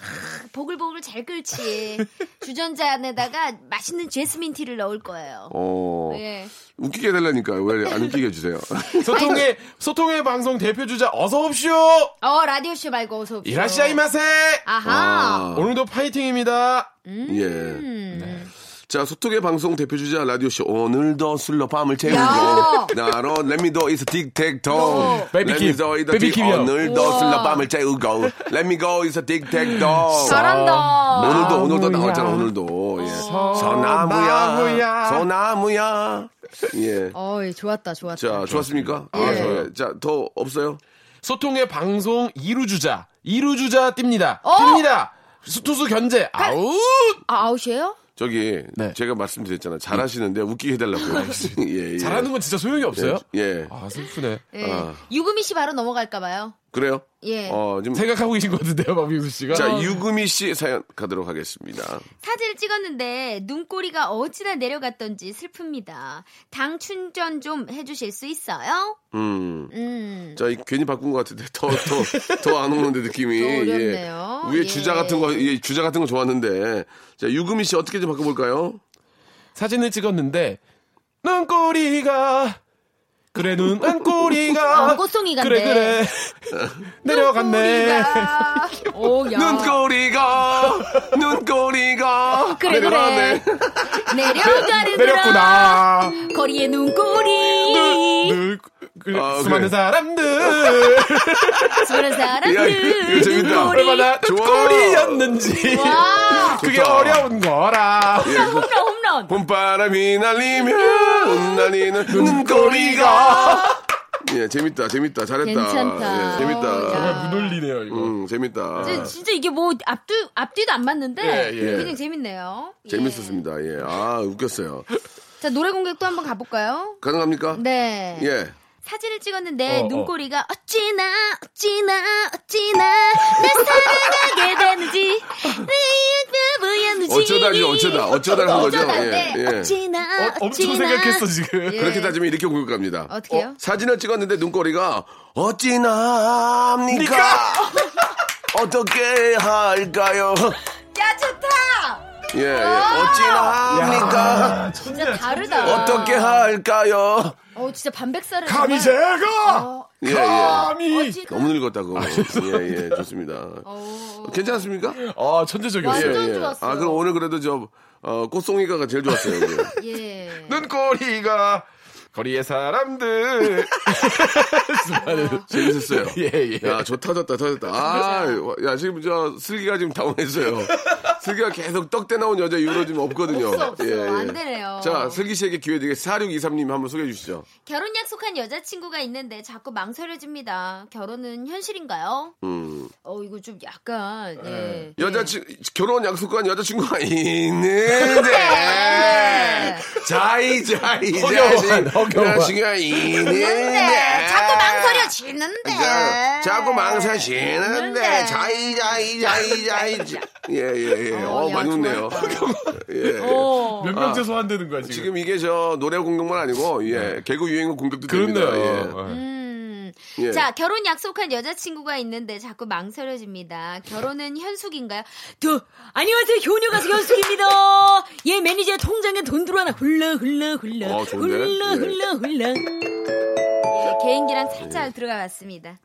[SPEAKER 4] 보글보글 잘 끓지. 주전자 안에다가 맛있는 제스민 티를 넣을 거예요.
[SPEAKER 3] 어,
[SPEAKER 4] 예.
[SPEAKER 3] 웃기게 해달라니까요. 왜 안 웃기게 해주세요?
[SPEAKER 5] 소통의 소통의 방송 대표 주자 어서 옵쇼.
[SPEAKER 4] 어, 라디오쇼 말고 어서 오십시오.
[SPEAKER 5] 아, 이라시아이마세.
[SPEAKER 4] 아하.
[SPEAKER 5] 오늘도 파이팅입니다.
[SPEAKER 3] 예.
[SPEAKER 4] 음.
[SPEAKER 3] 자, 소통의 방송 대표주자 라디오쇼. 오늘도 술로 밤을 채우고.
[SPEAKER 4] 야. 어.
[SPEAKER 3] 나로 렛미도 이스 틱택토.
[SPEAKER 5] 베이비 킴. 베이비 킴이요.
[SPEAKER 3] 오늘도
[SPEAKER 4] 우와.
[SPEAKER 3] 술로 밤을 채우고. 렛미고 이스 틱택토.
[SPEAKER 5] 어.
[SPEAKER 4] 잘한다.
[SPEAKER 5] 뭐-
[SPEAKER 3] 오늘도 오늘도
[SPEAKER 5] 나무야.
[SPEAKER 3] 나왔잖아 오늘도 예.
[SPEAKER 5] 소나무야.
[SPEAKER 3] 소나무야 소나무야 예.
[SPEAKER 4] 어이, 좋았다, 좋았다.
[SPEAKER 3] 자 좋았습니까?
[SPEAKER 4] 예.
[SPEAKER 3] 아, 좋아요. 자더 없어요?
[SPEAKER 5] 소통의 방송 이루 주자. 이루 주자 띕니다.
[SPEAKER 4] 어?
[SPEAKER 5] 뜹니다. 수- 투수
[SPEAKER 4] 그
[SPEAKER 5] 견제. 아웃.
[SPEAKER 4] 아, 아웃이에요?
[SPEAKER 3] 저기
[SPEAKER 5] 네.
[SPEAKER 3] 제가 말씀드렸잖아 요 잘하시는데 웃기게 해달라고. 예, 예.
[SPEAKER 5] 잘하는 건 진짜 소용이 없어요.
[SPEAKER 3] 예.
[SPEAKER 5] 아 슬프네.
[SPEAKER 4] 예.
[SPEAKER 3] 아.
[SPEAKER 4] 유금이 씨 바로 넘어갈까봐요.
[SPEAKER 3] 그래요?
[SPEAKER 4] 예.
[SPEAKER 3] 어 지금
[SPEAKER 5] 생각하고 계신 것 같은데요, 박민수 씨가.
[SPEAKER 3] 자 유금이 씨 사연 가도록 하겠습니다.
[SPEAKER 4] 사진을 찍었는데 눈꼬리가 어찌나 내려갔던지 슬픕니다. 당 충전 좀 해주실 수 있어요?
[SPEAKER 3] 음.
[SPEAKER 4] 음.
[SPEAKER 3] 자, 이- 괜히 바꾼 것 같은데 더 더 더 안 오는데 느낌이.
[SPEAKER 4] 또
[SPEAKER 3] 예.
[SPEAKER 4] 어렵네요.
[SPEAKER 3] 위에
[SPEAKER 4] 예.
[SPEAKER 3] 주자 같은 거 예, 주자 같은 거 좋았는데 자 유금이 씨 어떻게 좀 바꿔볼까요?
[SPEAKER 5] 사진을 찍었는데 눈꼬리가 그래 눈 안꼬리가
[SPEAKER 4] 아, 꽃송이 같네.
[SPEAKER 5] 그래 그래 어, 내려갔네
[SPEAKER 4] 꼬리가. 오, 야.
[SPEAKER 3] 눈꼬리가 눈꼬리가
[SPEAKER 4] 그래, 그래. 내려가는
[SPEAKER 5] 내렸구나
[SPEAKER 3] 네.
[SPEAKER 4] 거리의 눈꼬리.
[SPEAKER 5] 눈- 그
[SPEAKER 3] 아,
[SPEAKER 5] 수많은
[SPEAKER 3] 그래.
[SPEAKER 5] 사람들
[SPEAKER 4] 수많은
[SPEAKER 3] 야, 이거
[SPEAKER 4] 사람들
[SPEAKER 3] 재밌다.
[SPEAKER 4] 눈물이
[SPEAKER 5] 얼마나
[SPEAKER 3] 좋아.
[SPEAKER 5] 꼴이었는지
[SPEAKER 4] 와
[SPEAKER 5] 그게
[SPEAKER 3] 좋다. 예.
[SPEAKER 5] 어려운 거라
[SPEAKER 4] 홈런 홈런
[SPEAKER 3] 어. 봄바람이 날리면 날리는 눈꼬리가 예 재밌다 재밌다 잘했다
[SPEAKER 4] 괜찮다. 어.
[SPEAKER 3] 예, 재밌다
[SPEAKER 4] 야.
[SPEAKER 5] 무놀리네요 아, 이거
[SPEAKER 3] 음 재밌다
[SPEAKER 4] 진- 진짜 이게 뭐 앞뒤 앞뒤도 안 맞는데
[SPEAKER 5] 예, 예.
[SPEAKER 4] 굉장히 재밌네요. 예.
[SPEAKER 3] 재밌었습니다 예아 웃겼어요
[SPEAKER 4] 자 노래 공격도 한번 가볼까요?
[SPEAKER 3] 가능합니까
[SPEAKER 4] 네.
[SPEAKER 3] 예
[SPEAKER 4] 사진을 찍었는데
[SPEAKER 5] 어, 어.
[SPEAKER 4] 눈꼬리가 어찌나 어찌나 어찌나 날 사랑하게 되는지 내 보였는지
[SPEAKER 3] 어쩌다지, 어쩌다, 어쩌다 한 거죠?
[SPEAKER 4] 어쩌다인데
[SPEAKER 3] 예, 예.
[SPEAKER 4] 어찌나
[SPEAKER 5] 어,
[SPEAKER 4] 어찌나
[SPEAKER 5] 엄청 생각했어 지금
[SPEAKER 4] 예.
[SPEAKER 3] 그렇게 따지면 이렇게 공격합니다
[SPEAKER 4] 어떡해요?
[SPEAKER 3] 사진을 찍었는데 눈꼬리가 어찌나 합니까 어떻게 할까요
[SPEAKER 4] 야 좋다.
[SPEAKER 3] 예, 예.
[SPEAKER 4] 아!
[SPEAKER 3] 어찌나 합니까
[SPEAKER 4] 진짜 다르다.
[SPEAKER 3] 어떻게 할까요
[SPEAKER 4] 어 진짜 반백살을
[SPEAKER 5] 감히
[SPEAKER 4] 정말-
[SPEAKER 5] 제가
[SPEAKER 4] 어,
[SPEAKER 3] 예 예.
[SPEAKER 5] 감히
[SPEAKER 4] 어찌-
[SPEAKER 3] 너무 늙었다 그거. 예, 예, 좋습니다.
[SPEAKER 4] 어,
[SPEAKER 3] 괜찮습니까?
[SPEAKER 5] 아 천재적이었어요
[SPEAKER 4] 완전 좋았어요.
[SPEAKER 3] 아, 그럼 오늘 그래도 저 어, 꽃송이가가 제일 좋았어요. 오늘.
[SPEAKER 4] 예.
[SPEAKER 3] 네.
[SPEAKER 5] 눈꼬리가 거리의 사람들
[SPEAKER 3] 재밌었어요.
[SPEAKER 5] 예, 예.
[SPEAKER 3] 야, 저 터졌다, 터졌다. 아, 야, 지금 저 슬기가 지금 당황했어요. 슬기가 계속 떡대 나온 여자 이후로 지금 없거든요. 예,
[SPEAKER 4] 없어, 없어. 안 되네요.
[SPEAKER 3] 자, 슬기 씨에게 기회 드리게 4623님 한번 소개해 주시죠.
[SPEAKER 4] 결혼 약속한 여자친구가 있는데 자꾸 망설여집니다. 결혼은 현실인가요?
[SPEAKER 3] 음.
[SPEAKER 4] 어 이거 좀 약간 예.
[SPEAKER 3] 여자친 결혼 약속한 여자친구가
[SPEAKER 4] 네.
[SPEAKER 3] 있는데 자이 자이
[SPEAKER 5] 허경환, 허경환.
[SPEAKER 3] 여자친구가 있는데
[SPEAKER 4] 근데 네, 자꾸 망설여지는데
[SPEAKER 3] 예. 자, 자꾸 망사시는데 자이 자이 자이 자이 예예예 어,
[SPEAKER 4] 야,
[SPEAKER 3] 많이 웃네요
[SPEAKER 4] 좋았다.
[SPEAKER 3] 예
[SPEAKER 4] 어.
[SPEAKER 5] 몇 명째 소환되는 거야 지금
[SPEAKER 3] 지금 이게 저 노래 공격만 아니고 예 개그 유행어 공격도
[SPEAKER 5] 네. 그렇네요
[SPEAKER 3] 됩니다
[SPEAKER 5] 예.
[SPEAKER 4] 음.
[SPEAKER 3] 예.
[SPEAKER 4] 자 결혼 약속한 여자친구가 있는데 자꾸 망설여집니다. 결혼은 현숙인가요? 저 안녕하세요 효녀 가수 현숙입니다. 예 매니저 통장에 돈 들어와나 훌라 훌라 훌라
[SPEAKER 3] 어, 좋은데?
[SPEAKER 4] 훌라
[SPEAKER 3] 예.
[SPEAKER 4] 훌라 훌라. 예, 개인기랑 살짝 들어가봤습니다.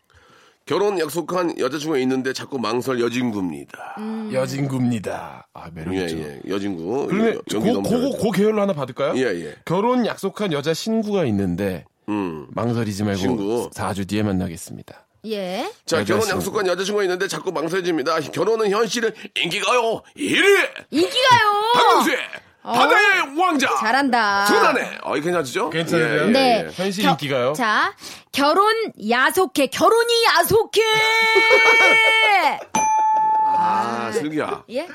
[SPEAKER 3] 결혼 약속한 여자친구가 있는데 자꾸 망설 여진구입니다
[SPEAKER 4] 음.
[SPEAKER 5] 여진구입니다 아 매력있죠
[SPEAKER 3] 예예 여진구
[SPEAKER 5] 그러면
[SPEAKER 3] 예, 연기
[SPEAKER 5] 고,
[SPEAKER 3] 너무
[SPEAKER 5] 고, 고 계열로 하나 받을까요?
[SPEAKER 3] 예예
[SPEAKER 5] 결혼 약속한 여자 신구가 있는데
[SPEAKER 3] 음.
[SPEAKER 5] 망설이지 말고
[SPEAKER 3] 신구.
[SPEAKER 5] 4주 뒤에 만나겠습니다.
[SPEAKER 4] 예.
[SPEAKER 3] 자 결혼
[SPEAKER 5] 여자친구.
[SPEAKER 3] 약속한 여자친구가 있는데 자꾸 망설여집니다 결혼은 현실은 인기가요 1위
[SPEAKER 4] 인기가요.
[SPEAKER 3] 박명수의 바다의 왕자
[SPEAKER 4] 어. 잘한다.
[SPEAKER 3] 소나네 어이 괜찮으시죠?
[SPEAKER 5] 괜찮으세요?
[SPEAKER 3] 예, 예,
[SPEAKER 4] 네.
[SPEAKER 3] 예.
[SPEAKER 5] 현실
[SPEAKER 4] 겨-
[SPEAKER 5] 인기가요?
[SPEAKER 4] 자, 결혼 야속해. 결혼이 야속해.
[SPEAKER 3] 아 슬기야
[SPEAKER 4] 예?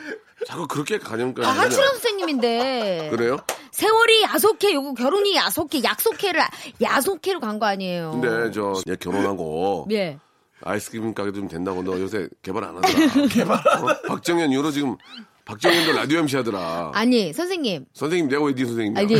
[SPEAKER 3] 자꾸 그렇게 가념까지
[SPEAKER 4] 아,
[SPEAKER 3] 하냐.
[SPEAKER 4] 한철원 선생님인데.
[SPEAKER 3] 네. 그래요?
[SPEAKER 4] 세월이 야속해. 요거 결혼이 야속해. 약속해를 야속해로 간 거 아니에요.
[SPEAKER 3] 근데 저 얘 결혼하고
[SPEAKER 4] 예.
[SPEAKER 3] 아이스크림 가게 좀 된다고 너 요새 개발 안 하더라 개발 어? 박정현 이후로 지금 박정현도 라디오 MC 하더라
[SPEAKER 4] 아니, 선생님.
[SPEAKER 3] 선생님 내가 왜네 선생님이야
[SPEAKER 4] 아니,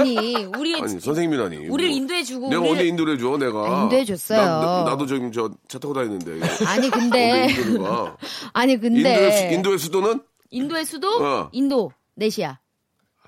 [SPEAKER 4] 아니, 우리
[SPEAKER 3] 아니, 선생님이라니
[SPEAKER 4] 우리를
[SPEAKER 3] 뭐.
[SPEAKER 4] 인도해 주고
[SPEAKER 3] 내가 언제 인도를 해줘 내가
[SPEAKER 4] 아, 인도해줬어요.
[SPEAKER 3] 나, 도 지금 저 차 타고 다니는데
[SPEAKER 4] 아니
[SPEAKER 3] 언제
[SPEAKER 4] 근데
[SPEAKER 3] 인도를 가
[SPEAKER 4] 아니
[SPEAKER 3] 인도의, 수-
[SPEAKER 4] 근데
[SPEAKER 3] 인도의 수도는
[SPEAKER 4] 인도의 수도
[SPEAKER 3] 어.
[SPEAKER 4] 인도 네시아.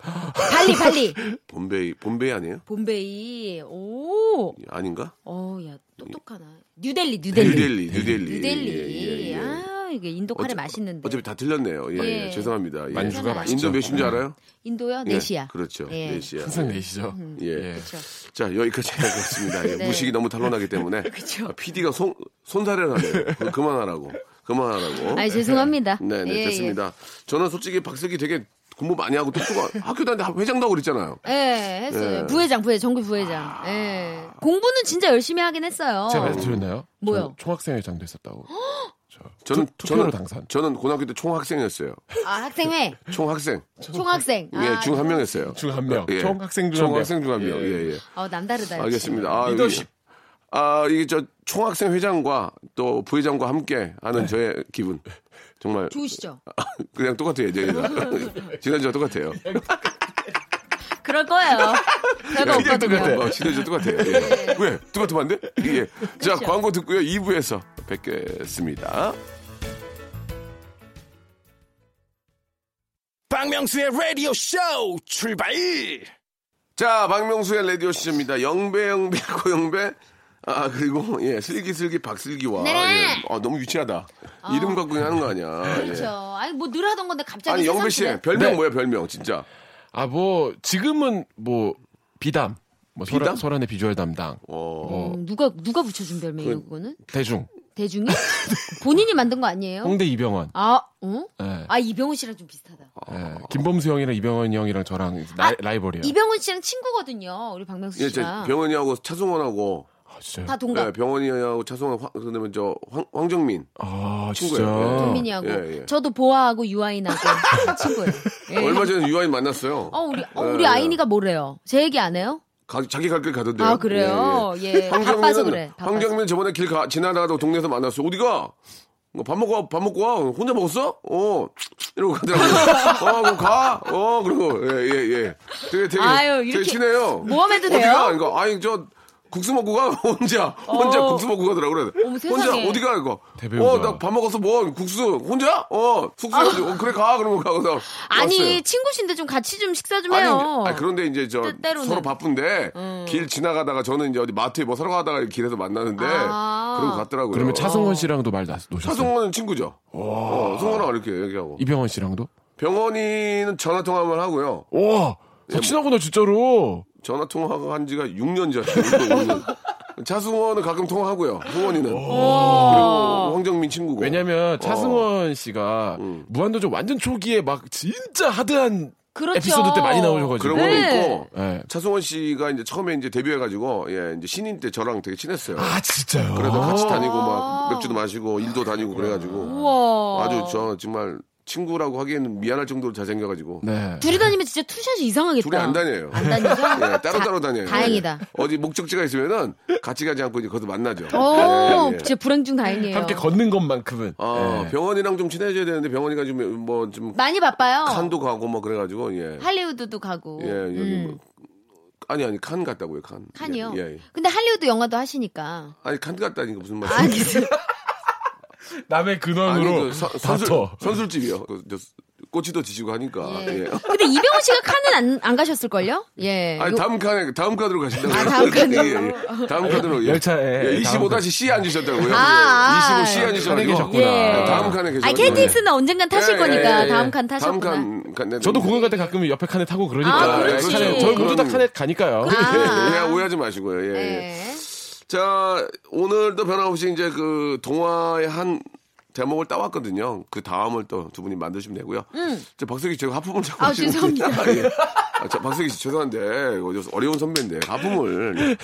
[SPEAKER 4] 발리 발리.
[SPEAKER 3] 본베이 본베이 아니에요?
[SPEAKER 4] 봄베이. 오.
[SPEAKER 3] 아닌가?
[SPEAKER 4] 어, 야, 똑똑하나. 뉴델리, 뉴델리.
[SPEAKER 3] 뉴델리 뉴델리
[SPEAKER 4] 뉴델리.
[SPEAKER 3] 예, 예, 예.
[SPEAKER 4] 아, 이게 인도
[SPEAKER 3] 어차-
[SPEAKER 4] 카레 맛있는데.
[SPEAKER 3] 어차피 다 틀렸네요. 예, 예,
[SPEAKER 4] 예.
[SPEAKER 3] 죄송합니다. 예.
[SPEAKER 5] 만주가 맛있죠. 음.
[SPEAKER 3] 인도 몇인지 알아요?
[SPEAKER 4] 인도요?
[SPEAKER 3] 예,
[SPEAKER 4] 네시야.
[SPEAKER 3] 그렇죠.
[SPEAKER 4] 예.
[SPEAKER 3] 네시야.
[SPEAKER 5] 항상 내시죠.
[SPEAKER 3] 예.
[SPEAKER 4] 그렇죠.
[SPEAKER 3] 자 여기까지 하겠습니다. 예,
[SPEAKER 4] 네.
[SPEAKER 3] 무식이 너무 탄로나기 때문에
[SPEAKER 4] 그쵸.
[SPEAKER 3] PD가 손 손사래를 하네요. 그- 그만하라고. 그만하라고.
[SPEAKER 4] 아, 죄송합니다.
[SPEAKER 3] 네, 네
[SPEAKER 4] 예,
[SPEAKER 3] 됐습니다. 저는 솔직히 박슬기 되게 공부 많이 하고 똑똑한 학교 다니는데 회장도 하고 그랬잖아요.
[SPEAKER 4] 예, 예 했어요.
[SPEAKER 3] 예. 아.
[SPEAKER 4] 부회장, 부회장, 정규 부회장. 예. 공부는 진짜 열심히 하긴 했어요.
[SPEAKER 5] 제가 말씀드렸나요?
[SPEAKER 4] 뭐요?
[SPEAKER 5] 저는 총학생회장도 했었다고.
[SPEAKER 3] 저는
[SPEAKER 5] 투- 투표로
[SPEAKER 3] 저는-
[SPEAKER 5] 당선.
[SPEAKER 3] 저는 고등학교 때 총학생이었어요.
[SPEAKER 4] 아, 학생회,
[SPEAKER 3] 총학생.
[SPEAKER 4] 총학생.
[SPEAKER 3] 예,
[SPEAKER 4] 아,
[SPEAKER 3] 중 한 명 했어요.
[SPEAKER 5] 중 한 명.
[SPEAKER 3] 예.
[SPEAKER 5] 총학생 중 한 명.
[SPEAKER 3] 총학생 중 한 명. 예, 예.
[SPEAKER 4] 어, 남다르다. 역시.
[SPEAKER 3] 알겠습니다. 아,
[SPEAKER 5] 리더십.
[SPEAKER 3] 이게- 아, 이게 저 총학생 회장과 또 부회장과 함께
[SPEAKER 5] 네.
[SPEAKER 3] 하는 저의 기분. 정말
[SPEAKER 4] 좋으시죠?
[SPEAKER 3] 그냥 똑같아요, 예전이랑. 지난주와 똑같아요.
[SPEAKER 5] 네,
[SPEAKER 4] 그럴 거예요. 별거
[SPEAKER 5] 그냥 네, 똑같아요.
[SPEAKER 4] 없거든요.
[SPEAKER 3] 어, 지난주 똑같아요. 예.
[SPEAKER 4] 네.
[SPEAKER 3] 왜? 똑같으면 안 돼? 예. 자,
[SPEAKER 4] 그렇죠.
[SPEAKER 3] 광고 듣고요. 2부에서 뵙겠습니다.
[SPEAKER 1] 박명수의 라디오 쇼 출발!
[SPEAKER 3] 자, 박명수의 라디오 시즌입니다. 영배, 영배, 고영배. 아, 그리고, 예, 슬기슬기 박슬기와.
[SPEAKER 4] 네. 아.
[SPEAKER 3] 예. 아, 너무 유치하다. 이름 갖고 그냥 하는 거 아니야. 예.
[SPEAKER 4] 그렇죠. 아니, 뭐 늘 하던 건데 갑자기.
[SPEAKER 3] 아니, 영배 씨,
[SPEAKER 4] 새삼스레.
[SPEAKER 3] 별명
[SPEAKER 5] 네.
[SPEAKER 3] 뭐야, 별명, 진짜.
[SPEAKER 5] 아, 뭐, 지금은 뭐, 비담. 뭐
[SPEAKER 3] 비담?
[SPEAKER 5] 설안, 설안의 비주얼 담당,
[SPEAKER 3] 어.
[SPEAKER 5] 뭐
[SPEAKER 4] 음, 누가 누가 붙여준 별명이에요 그거는?
[SPEAKER 5] 대중,
[SPEAKER 4] 대중이? 본인이 만든 거 아니에요?
[SPEAKER 5] 홍대 이병헌,
[SPEAKER 4] 아, 어?
[SPEAKER 5] 예,
[SPEAKER 4] 아 이병헌 씨랑 좀 비슷하다.
[SPEAKER 3] 어.
[SPEAKER 5] 예, 김범수 형이랑 이병헌 형이랑 저랑 이제 라,
[SPEAKER 4] 아,
[SPEAKER 5] 라이벌이에요.
[SPEAKER 4] 이병헌 씨랑 친구거든요. 우리 박명수
[SPEAKER 3] 예, 제
[SPEAKER 4] 씨랑
[SPEAKER 3] 병원이하고 차승원하고
[SPEAKER 5] 아, 진짜요?
[SPEAKER 4] 다 동갑.
[SPEAKER 3] 예, 병원이하고 차승원 황, 그다음에 저 황, 황정민.
[SPEAKER 5] 아, 진짜.
[SPEAKER 3] 친구예요. 예.
[SPEAKER 4] 동민이하고
[SPEAKER 3] 예, 예.
[SPEAKER 4] 저도 보아하고 유아인하고 친구예요. 예.
[SPEAKER 3] 얼마 전에 유아인 만났어요.
[SPEAKER 4] 어 우리 어,
[SPEAKER 3] 예,
[SPEAKER 4] 우리
[SPEAKER 3] 예.
[SPEAKER 4] 아이니가 뭐래요? 제 얘기 안 해요?
[SPEAKER 3] 가- 자기 갈 길 가던데요.
[SPEAKER 4] 아 그래요? 예, 바빠서 그래. 바빠서.
[SPEAKER 3] 황정민 저번에 길 가, 지나다가 동네에서 만났어. 어디가? 뭐밥 먹고 와, 밥 먹고 와. 혼자 먹었어? 어. 이러고 가더라고요. 어, 그럼 가. 어, 그러고. 예, 예, 예. 되게, 되게,
[SPEAKER 4] 아유,
[SPEAKER 3] 되게
[SPEAKER 4] 이렇게
[SPEAKER 3] 친해요.
[SPEAKER 4] 모험해도
[SPEAKER 3] 어디
[SPEAKER 4] 돼요?
[SPEAKER 3] 가? 이거, 아니, 저, 국수 먹고 가? 혼자. 혼자
[SPEAKER 4] 어.
[SPEAKER 3] 국수 먹고 가더라고요.
[SPEAKER 4] 어머, 세상에.
[SPEAKER 3] 혼자 어디 가? 이거.
[SPEAKER 5] 대배우다.
[SPEAKER 3] 어, 나 밥 먹었어. 뭐, 국수. 혼자? 어, 숙소에. 어, 그래, 가. 그러고 가고. 나
[SPEAKER 4] 아. 아니
[SPEAKER 3] 왔어요.
[SPEAKER 4] 친구신데 좀 같이 좀 식사 좀
[SPEAKER 3] 아니,
[SPEAKER 4] 해요.
[SPEAKER 3] 아니, 그런데 이제 저
[SPEAKER 4] 때- 때로는.
[SPEAKER 3] 서로 바쁜데
[SPEAKER 4] 음.
[SPEAKER 3] 길 지나가다가 저는 이제 어디 마트에 뭐 사러 가다가 길에서 만나는데
[SPEAKER 4] 아.
[SPEAKER 3] 그런 거 같더라고요. 어,
[SPEAKER 5] 그러면 차승원 씨랑도 말 나- 놓으셨어요?
[SPEAKER 3] 차승원은 친구죠. 어, 승원하고 이렇게 얘기하고
[SPEAKER 5] 이병헌 씨랑도?
[SPEAKER 3] 병원이는 전화 통화만 하고요.
[SPEAKER 5] 와, 다 친하구나 진짜로.
[SPEAKER 3] 전화 통화한 지가 6년 전이에요. 차승원은 가끔 통화하고요. 승원이는 그리고 황정민 친구고.
[SPEAKER 5] 왜냐면 차승원 씨가
[SPEAKER 3] 음.
[SPEAKER 5] 무한도전 완전 초기에 막 진짜 하드한
[SPEAKER 4] 그렇죠.
[SPEAKER 5] 에피소드 때 많이 나오셔가지고.
[SPEAKER 3] 그런 거는
[SPEAKER 4] 네.
[SPEAKER 3] 있고
[SPEAKER 5] 예.
[SPEAKER 3] 차승원 씨가 이제 처음에 이제 데뷔해가지고 예 이제 신인 때 저랑 되게 친했어요.
[SPEAKER 5] 아 진짜요?
[SPEAKER 3] 그래서 같이 다니고 막 맥주도 마시고 일도 다니고 그래가지고
[SPEAKER 4] 우와.
[SPEAKER 3] 아주 저 정말 친구라고 하기에는 미안할 정도로 잘 생겨가지고
[SPEAKER 5] 네.
[SPEAKER 4] 둘이 다니면 진짜 투샷이 이상하겠다.
[SPEAKER 3] 둘이 안 다녀요.
[SPEAKER 4] 안 다니죠?
[SPEAKER 3] 예, 따로 따로 다녀요.
[SPEAKER 4] 아. 다행이다.
[SPEAKER 3] 예. 어디 목적지가 있으면은 같이 가지 않고 이제 거기서 만나죠.
[SPEAKER 4] 오,
[SPEAKER 3] 예, 예.
[SPEAKER 4] 진짜 어, 불행 중 다행이에요.
[SPEAKER 5] 함께 걷는 것만큼은.
[SPEAKER 3] 아,
[SPEAKER 5] 예.
[SPEAKER 3] 병원이랑 좀 친해져야 되는데 병원이가 좀 뭐 좀
[SPEAKER 4] 많이 바빠요.
[SPEAKER 3] 칸도 가고 뭐 그래가지고 예.
[SPEAKER 4] 할리우드도 가고.
[SPEAKER 3] 예 여기 뭐 아니 아니 칸 갔다고요 칸.
[SPEAKER 4] 음. 칸이요.
[SPEAKER 3] 예, 예.
[SPEAKER 4] 근데 할리우드 영화도 하시니까.
[SPEAKER 3] 아니 칸 갔다니까 무슨
[SPEAKER 4] 아,
[SPEAKER 3] 말이에요?
[SPEAKER 4] 그래서
[SPEAKER 5] 남의 근원으로
[SPEAKER 3] 그 서- 선술
[SPEAKER 5] 다퉈.
[SPEAKER 3] 선술집이요. 그, 저, 꼬치도 지지고 하니까.
[SPEAKER 4] 예.
[SPEAKER 3] 예.
[SPEAKER 4] 근데 이병헌 씨가 칸은 안, 안 가셨을걸요? 예.
[SPEAKER 3] 아니
[SPEAKER 4] 요-
[SPEAKER 3] 다음 칸에 다음 카드로 가신다고요.
[SPEAKER 4] 아, 다음 칸으로.
[SPEAKER 3] 예, 예. 다음 카드로.
[SPEAKER 5] 열차에
[SPEAKER 3] 예,
[SPEAKER 5] 다음
[SPEAKER 3] 25-C에 앉으셨다고요.
[SPEAKER 4] 아, 아.
[SPEAKER 3] 25C에
[SPEAKER 5] 칸에
[SPEAKER 3] 앉으셔가지고.
[SPEAKER 5] 계셨구나.
[SPEAKER 4] 예.
[SPEAKER 3] 다음 칸에 계셔.
[SPEAKER 4] 아니, KTX는 언젠간 타실 거니까 다음 칸 타셨구나.
[SPEAKER 3] 예. 다음 예, 칸. 칸
[SPEAKER 5] 저도 공연 갈 때 가끔 옆에 칸에 타고 그러니까.
[SPEAKER 4] 아, 그렇지.
[SPEAKER 5] 칸에- 저희 모두 다
[SPEAKER 3] 그럼-
[SPEAKER 5] 칸에 가니까요.
[SPEAKER 4] 아.
[SPEAKER 3] 예, 예, 오해하지 마시고요. 예, 예.
[SPEAKER 4] 예.
[SPEAKER 3] 자, 오늘도 변함없이 이제 그 동화의 한 대목을 따왔거든요. 그 다음을 또 두 분이 만드시면 되고요. 저 박석희 제가 하품을 자꾸
[SPEAKER 4] 음. 아,
[SPEAKER 3] 하시는데.
[SPEAKER 4] 죄송합니다.
[SPEAKER 3] 예. 아, 저 박석희 씨 죄송한데 어디서 어려운 선배인데 하품을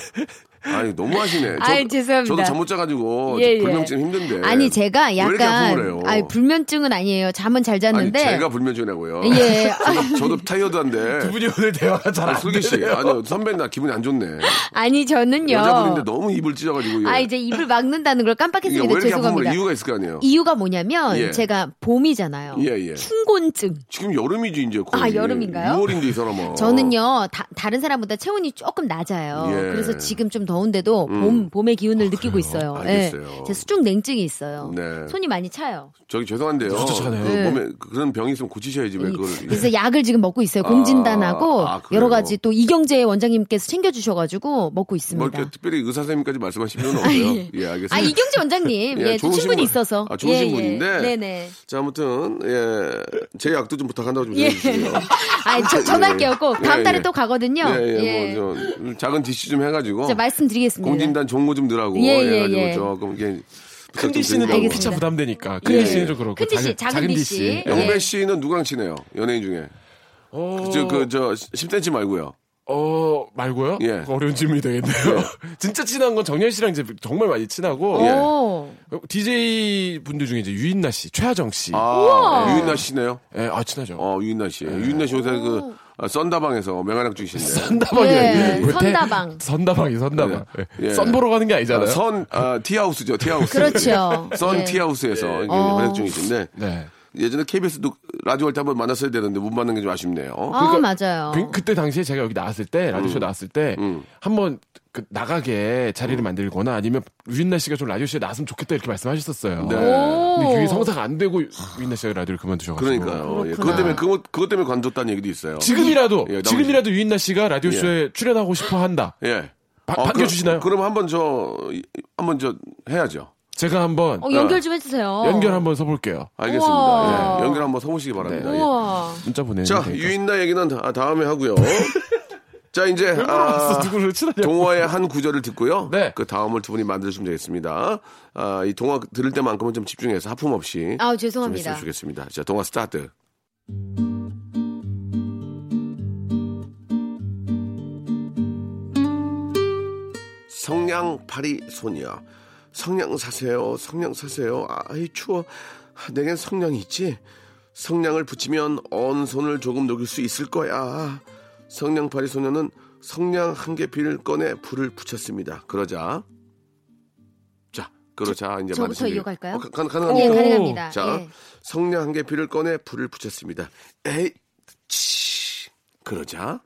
[SPEAKER 3] 아니 너무 하시네.
[SPEAKER 4] 아이, 죄송합니다.
[SPEAKER 3] 저도 잠 못 자가지고
[SPEAKER 4] 예, 예.
[SPEAKER 3] 불면증 힘든데.
[SPEAKER 4] 아니, 제가
[SPEAKER 3] 왜 이렇게 하품을
[SPEAKER 4] 약간.
[SPEAKER 3] 해요?
[SPEAKER 4] 아니, 불면증은 아니에요. 잠은 잘 잤는데.
[SPEAKER 3] 아니, 제가 뭐 불면증이라고요.
[SPEAKER 4] 예.
[SPEAKER 3] 저도, 저도 타이어드한데.
[SPEAKER 5] 두 분이 오늘 대화가 잘 안
[SPEAKER 3] 슬기 씨,
[SPEAKER 5] 되네요.
[SPEAKER 3] 아니 선배 나 기분이 안 좋네.
[SPEAKER 4] 아니, 저는요.
[SPEAKER 3] 여자분인데 너무 입을 찢어가지고. 예.
[SPEAKER 4] 아, 이제 입을 막는다는
[SPEAKER 3] 이게
[SPEAKER 4] 걸
[SPEAKER 3] 왜
[SPEAKER 4] 깜빡했습니다.
[SPEAKER 3] 이렇게 하품을
[SPEAKER 4] 죄송합니다.
[SPEAKER 3] 해? 이유가 있을 거 아니에요.
[SPEAKER 4] 이유가 뭐냐면
[SPEAKER 3] 예.
[SPEAKER 4] 제가 봄이잖아요.
[SPEAKER 3] 예, 예.
[SPEAKER 4] 춘곤증.
[SPEAKER 3] 지금 여름이지 이제 거의.
[SPEAKER 4] 아, 여름인가요?
[SPEAKER 3] 6월인데 이 사람은.
[SPEAKER 4] 저는요 다, 다른 사람보다 체온이 조금 낮아요.
[SPEAKER 3] 어. 예. 음.
[SPEAKER 4] 그래서 지금 좀 더운데도 봄 봄의 기운을 느끼고 있어요.
[SPEAKER 3] 알겠어요.
[SPEAKER 4] 예. 제 수중 냉증이 있어요.
[SPEAKER 3] 네.
[SPEAKER 4] 손이 많이 차요.
[SPEAKER 3] 저기 죄송한데요.
[SPEAKER 5] 진짜 착하네요.
[SPEAKER 3] 그
[SPEAKER 4] 네.
[SPEAKER 3] 몸에 그런 병이 있으면 고치셔야지 왜 네, 그걸.
[SPEAKER 4] 그래서 약을 지금 먹고 있어요. 공진단하고
[SPEAKER 3] 아, 아, 그래요?
[SPEAKER 4] 여러 가지 또 이경재 원장님께서 챙겨주셔가지고 먹고
[SPEAKER 3] 뭐
[SPEAKER 4] 있습니다.
[SPEAKER 3] 이렇게 특별히 의사 선생님까지 말씀하실 필요는 없고요. 예, 알겠습니다.
[SPEAKER 4] 아 이경재 원장님,
[SPEAKER 3] 예,
[SPEAKER 4] 예, 또
[SPEAKER 3] 좋은
[SPEAKER 4] 친분이
[SPEAKER 3] 친구-
[SPEAKER 4] 있어서.
[SPEAKER 3] 아, 좋은
[SPEAKER 4] 예, 예.
[SPEAKER 3] 친구인데.
[SPEAKER 4] 네네.
[SPEAKER 3] 자, 아무튼 예, 제 약도 좀 부탁한다고 좀
[SPEAKER 4] 예.
[SPEAKER 3] 해주시고요.
[SPEAKER 4] 아, 저 전화할게요. 꼭 다음
[SPEAKER 3] 예,
[SPEAKER 4] 달에
[SPEAKER 3] 예.
[SPEAKER 4] 또 가거든요.
[SPEAKER 3] 예, 예, 뭐, 저, 작은 디시 좀 해가지고.
[SPEAKER 4] 자, 말씀드리겠습니다.
[SPEAKER 3] 공진단 종고 좀 늘하고.
[SPEAKER 4] 예, 예,
[SPEAKER 3] 해가지고 뭐
[SPEAKER 4] 예.
[SPEAKER 3] 조금 이게. 부탁
[SPEAKER 5] 큰디
[SPEAKER 3] 좀
[SPEAKER 5] 씨는 또
[SPEAKER 3] 드리려고.
[SPEAKER 5] 피차 부담되니까.
[SPEAKER 4] 예.
[SPEAKER 5] 큰디 씨는 좀 그렇고.
[SPEAKER 4] 큰디 씨, 작은 디 씨. 예.
[SPEAKER 3] 영배 씨는 누구랑 친해요? 연예인 중에.
[SPEAKER 5] 어,
[SPEAKER 3] 저, 그, 저, 10cm 말고요.
[SPEAKER 5] 어, 말고요?
[SPEAKER 3] 예.
[SPEAKER 5] 그거 어려운 질문이 되겠네요. 진짜 친한 건 정현 씨랑 이제 정말 많이 친하고.
[SPEAKER 3] 예.
[SPEAKER 4] 오.
[SPEAKER 5] DJ 분들 중에 이제 유인나 씨, 최하정 씨. 아,
[SPEAKER 3] 아, 유인나 씨네요.
[SPEAKER 5] 예, 아 친하죠.
[SPEAKER 3] 어, 유인나 씨. 유인나 씨 요새 그, 아, 썬다방에서 명활약 중이신데.
[SPEAKER 5] 선다방이
[SPEAKER 4] 예,
[SPEAKER 5] 요
[SPEAKER 4] 선다방.
[SPEAKER 5] 선다방이 선다방.
[SPEAKER 3] 예.
[SPEAKER 5] 예.
[SPEAKER 3] 예.
[SPEAKER 5] 선 보러 가는 게 아니잖아요.
[SPEAKER 3] 선, 아, 티하우스죠, 티하우스.
[SPEAKER 4] 그렇죠.
[SPEAKER 3] 선
[SPEAKER 4] 예.
[SPEAKER 3] 티하우스에서 이제
[SPEAKER 4] 어.
[SPEAKER 3] 활약 중이신데.
[SPEAKER 5] 네.
[SPEAKER 3] 예전에 KBS도 라디오 할 때 한번 만났어야 되는데 못 만난 게 좀 아쉽네요.
[SPEAKER 4] 아, 맞아요.
[SPEAKER 5] 그, 그때 당시에 제가 여기 나왔을 때 라디오쇼 나왔을 때 한번 그 나가게 자리를 만들거나 아니면 유인나 씨가 좀 라디오쇼에 나왔으면 좋겠다 이렇게 말씀하셨었어요. 근데 그게 성사가 안 되고 유인나 씨가 라디오를 그만두셔가지고.
[SPEAKER 3] 그러니까요. 예, 그것 때문에, 그것, 그것 때문에 관뒀다는 얘기도 있어요.
[SPEAKER 5] 지금이라도
[SPEAKER 3] 예, 나오시-
[SPEAKER 5] 지금이라도 유인나 씨가 라디오쇼에 출연하고 싶어 한다.
[SPEAKER 3] 예.
[SPEAKER 5] 바- 반겨주시나요?
[SPEAKER 3] 그럼, 그럼 한번 저, 한번 저, 해야죠.
[SPEAKER 5] 제가 한번
[SPEAKER 4] 어,
[SPEAKER 3] 아.
[SPEAKER 4] 연결 좀 해주세요.
[SPEAKER 5] 연결 한번 서볼게요.
[SPEAKER 3] 알겠습니다.
[SPEAKER 4] 우와. 네.
[SPEAKER 3] 예. 연결 한번 서보시기 바랍니다. 예.
[SPEAKER 4] 우와.
[SPEAKER 5] 문자 보내는
[SPEAKER 3] 자,
[SPEAKER 5] 거니까.
[SPEAKER 3] 유인나 얘기는 다- 다음에 하고요. 자, 이제 아,
[SPEAKER 5] 왜 물어봤어? 누구를 친하냐고.
[SPEAKER 3] 동화의 한 구절을 듣고요.
[SPEAKER 5] 네.
[SPEAKER 3] 그 다음을 두 분이 만들어주시면 되겠습니다. 아, 이 동화 들을 때만큼은 좀 집중해서 하품 없이
[SPEAKER 4] 아,
[SPEAKER 3] 좀
[SPEAKER 4] 죄송합니다.
[SPEAKER 3] 했으면 좋겠습니다. 자, 동화 스타트. 성냥 파리 소녀. 성냥 사세요. 성냥 사세요. 아이 추워. 내겐 성냥이 있지. 성냥을 붙이면 언 손을 조금 녹일 수 있을 거야. 성냥 파리 소녀는 성냥 한 개 빌 꺼내 불을 붙였습니다. 그러자 자 그러자 이제
[SPEAKER 4] 저부터
[SPEAKER 3] 만드시면 돼요.
[SPEAKER 4] 이어갈까요?
[SPEAKER 3] 어, 가, 가,
[SPEAKER 4] 예,
[SPEAKER 3] 가능합니까?
[SPEAKER 4] 가능합니다.
[SPEAKER 3] 자,
[SPEAKER 4] 예.
[SPEAKER 3] 성냥 한 개 피를 꺼내 불을 붙였습니다. 에이, 치. 그러자.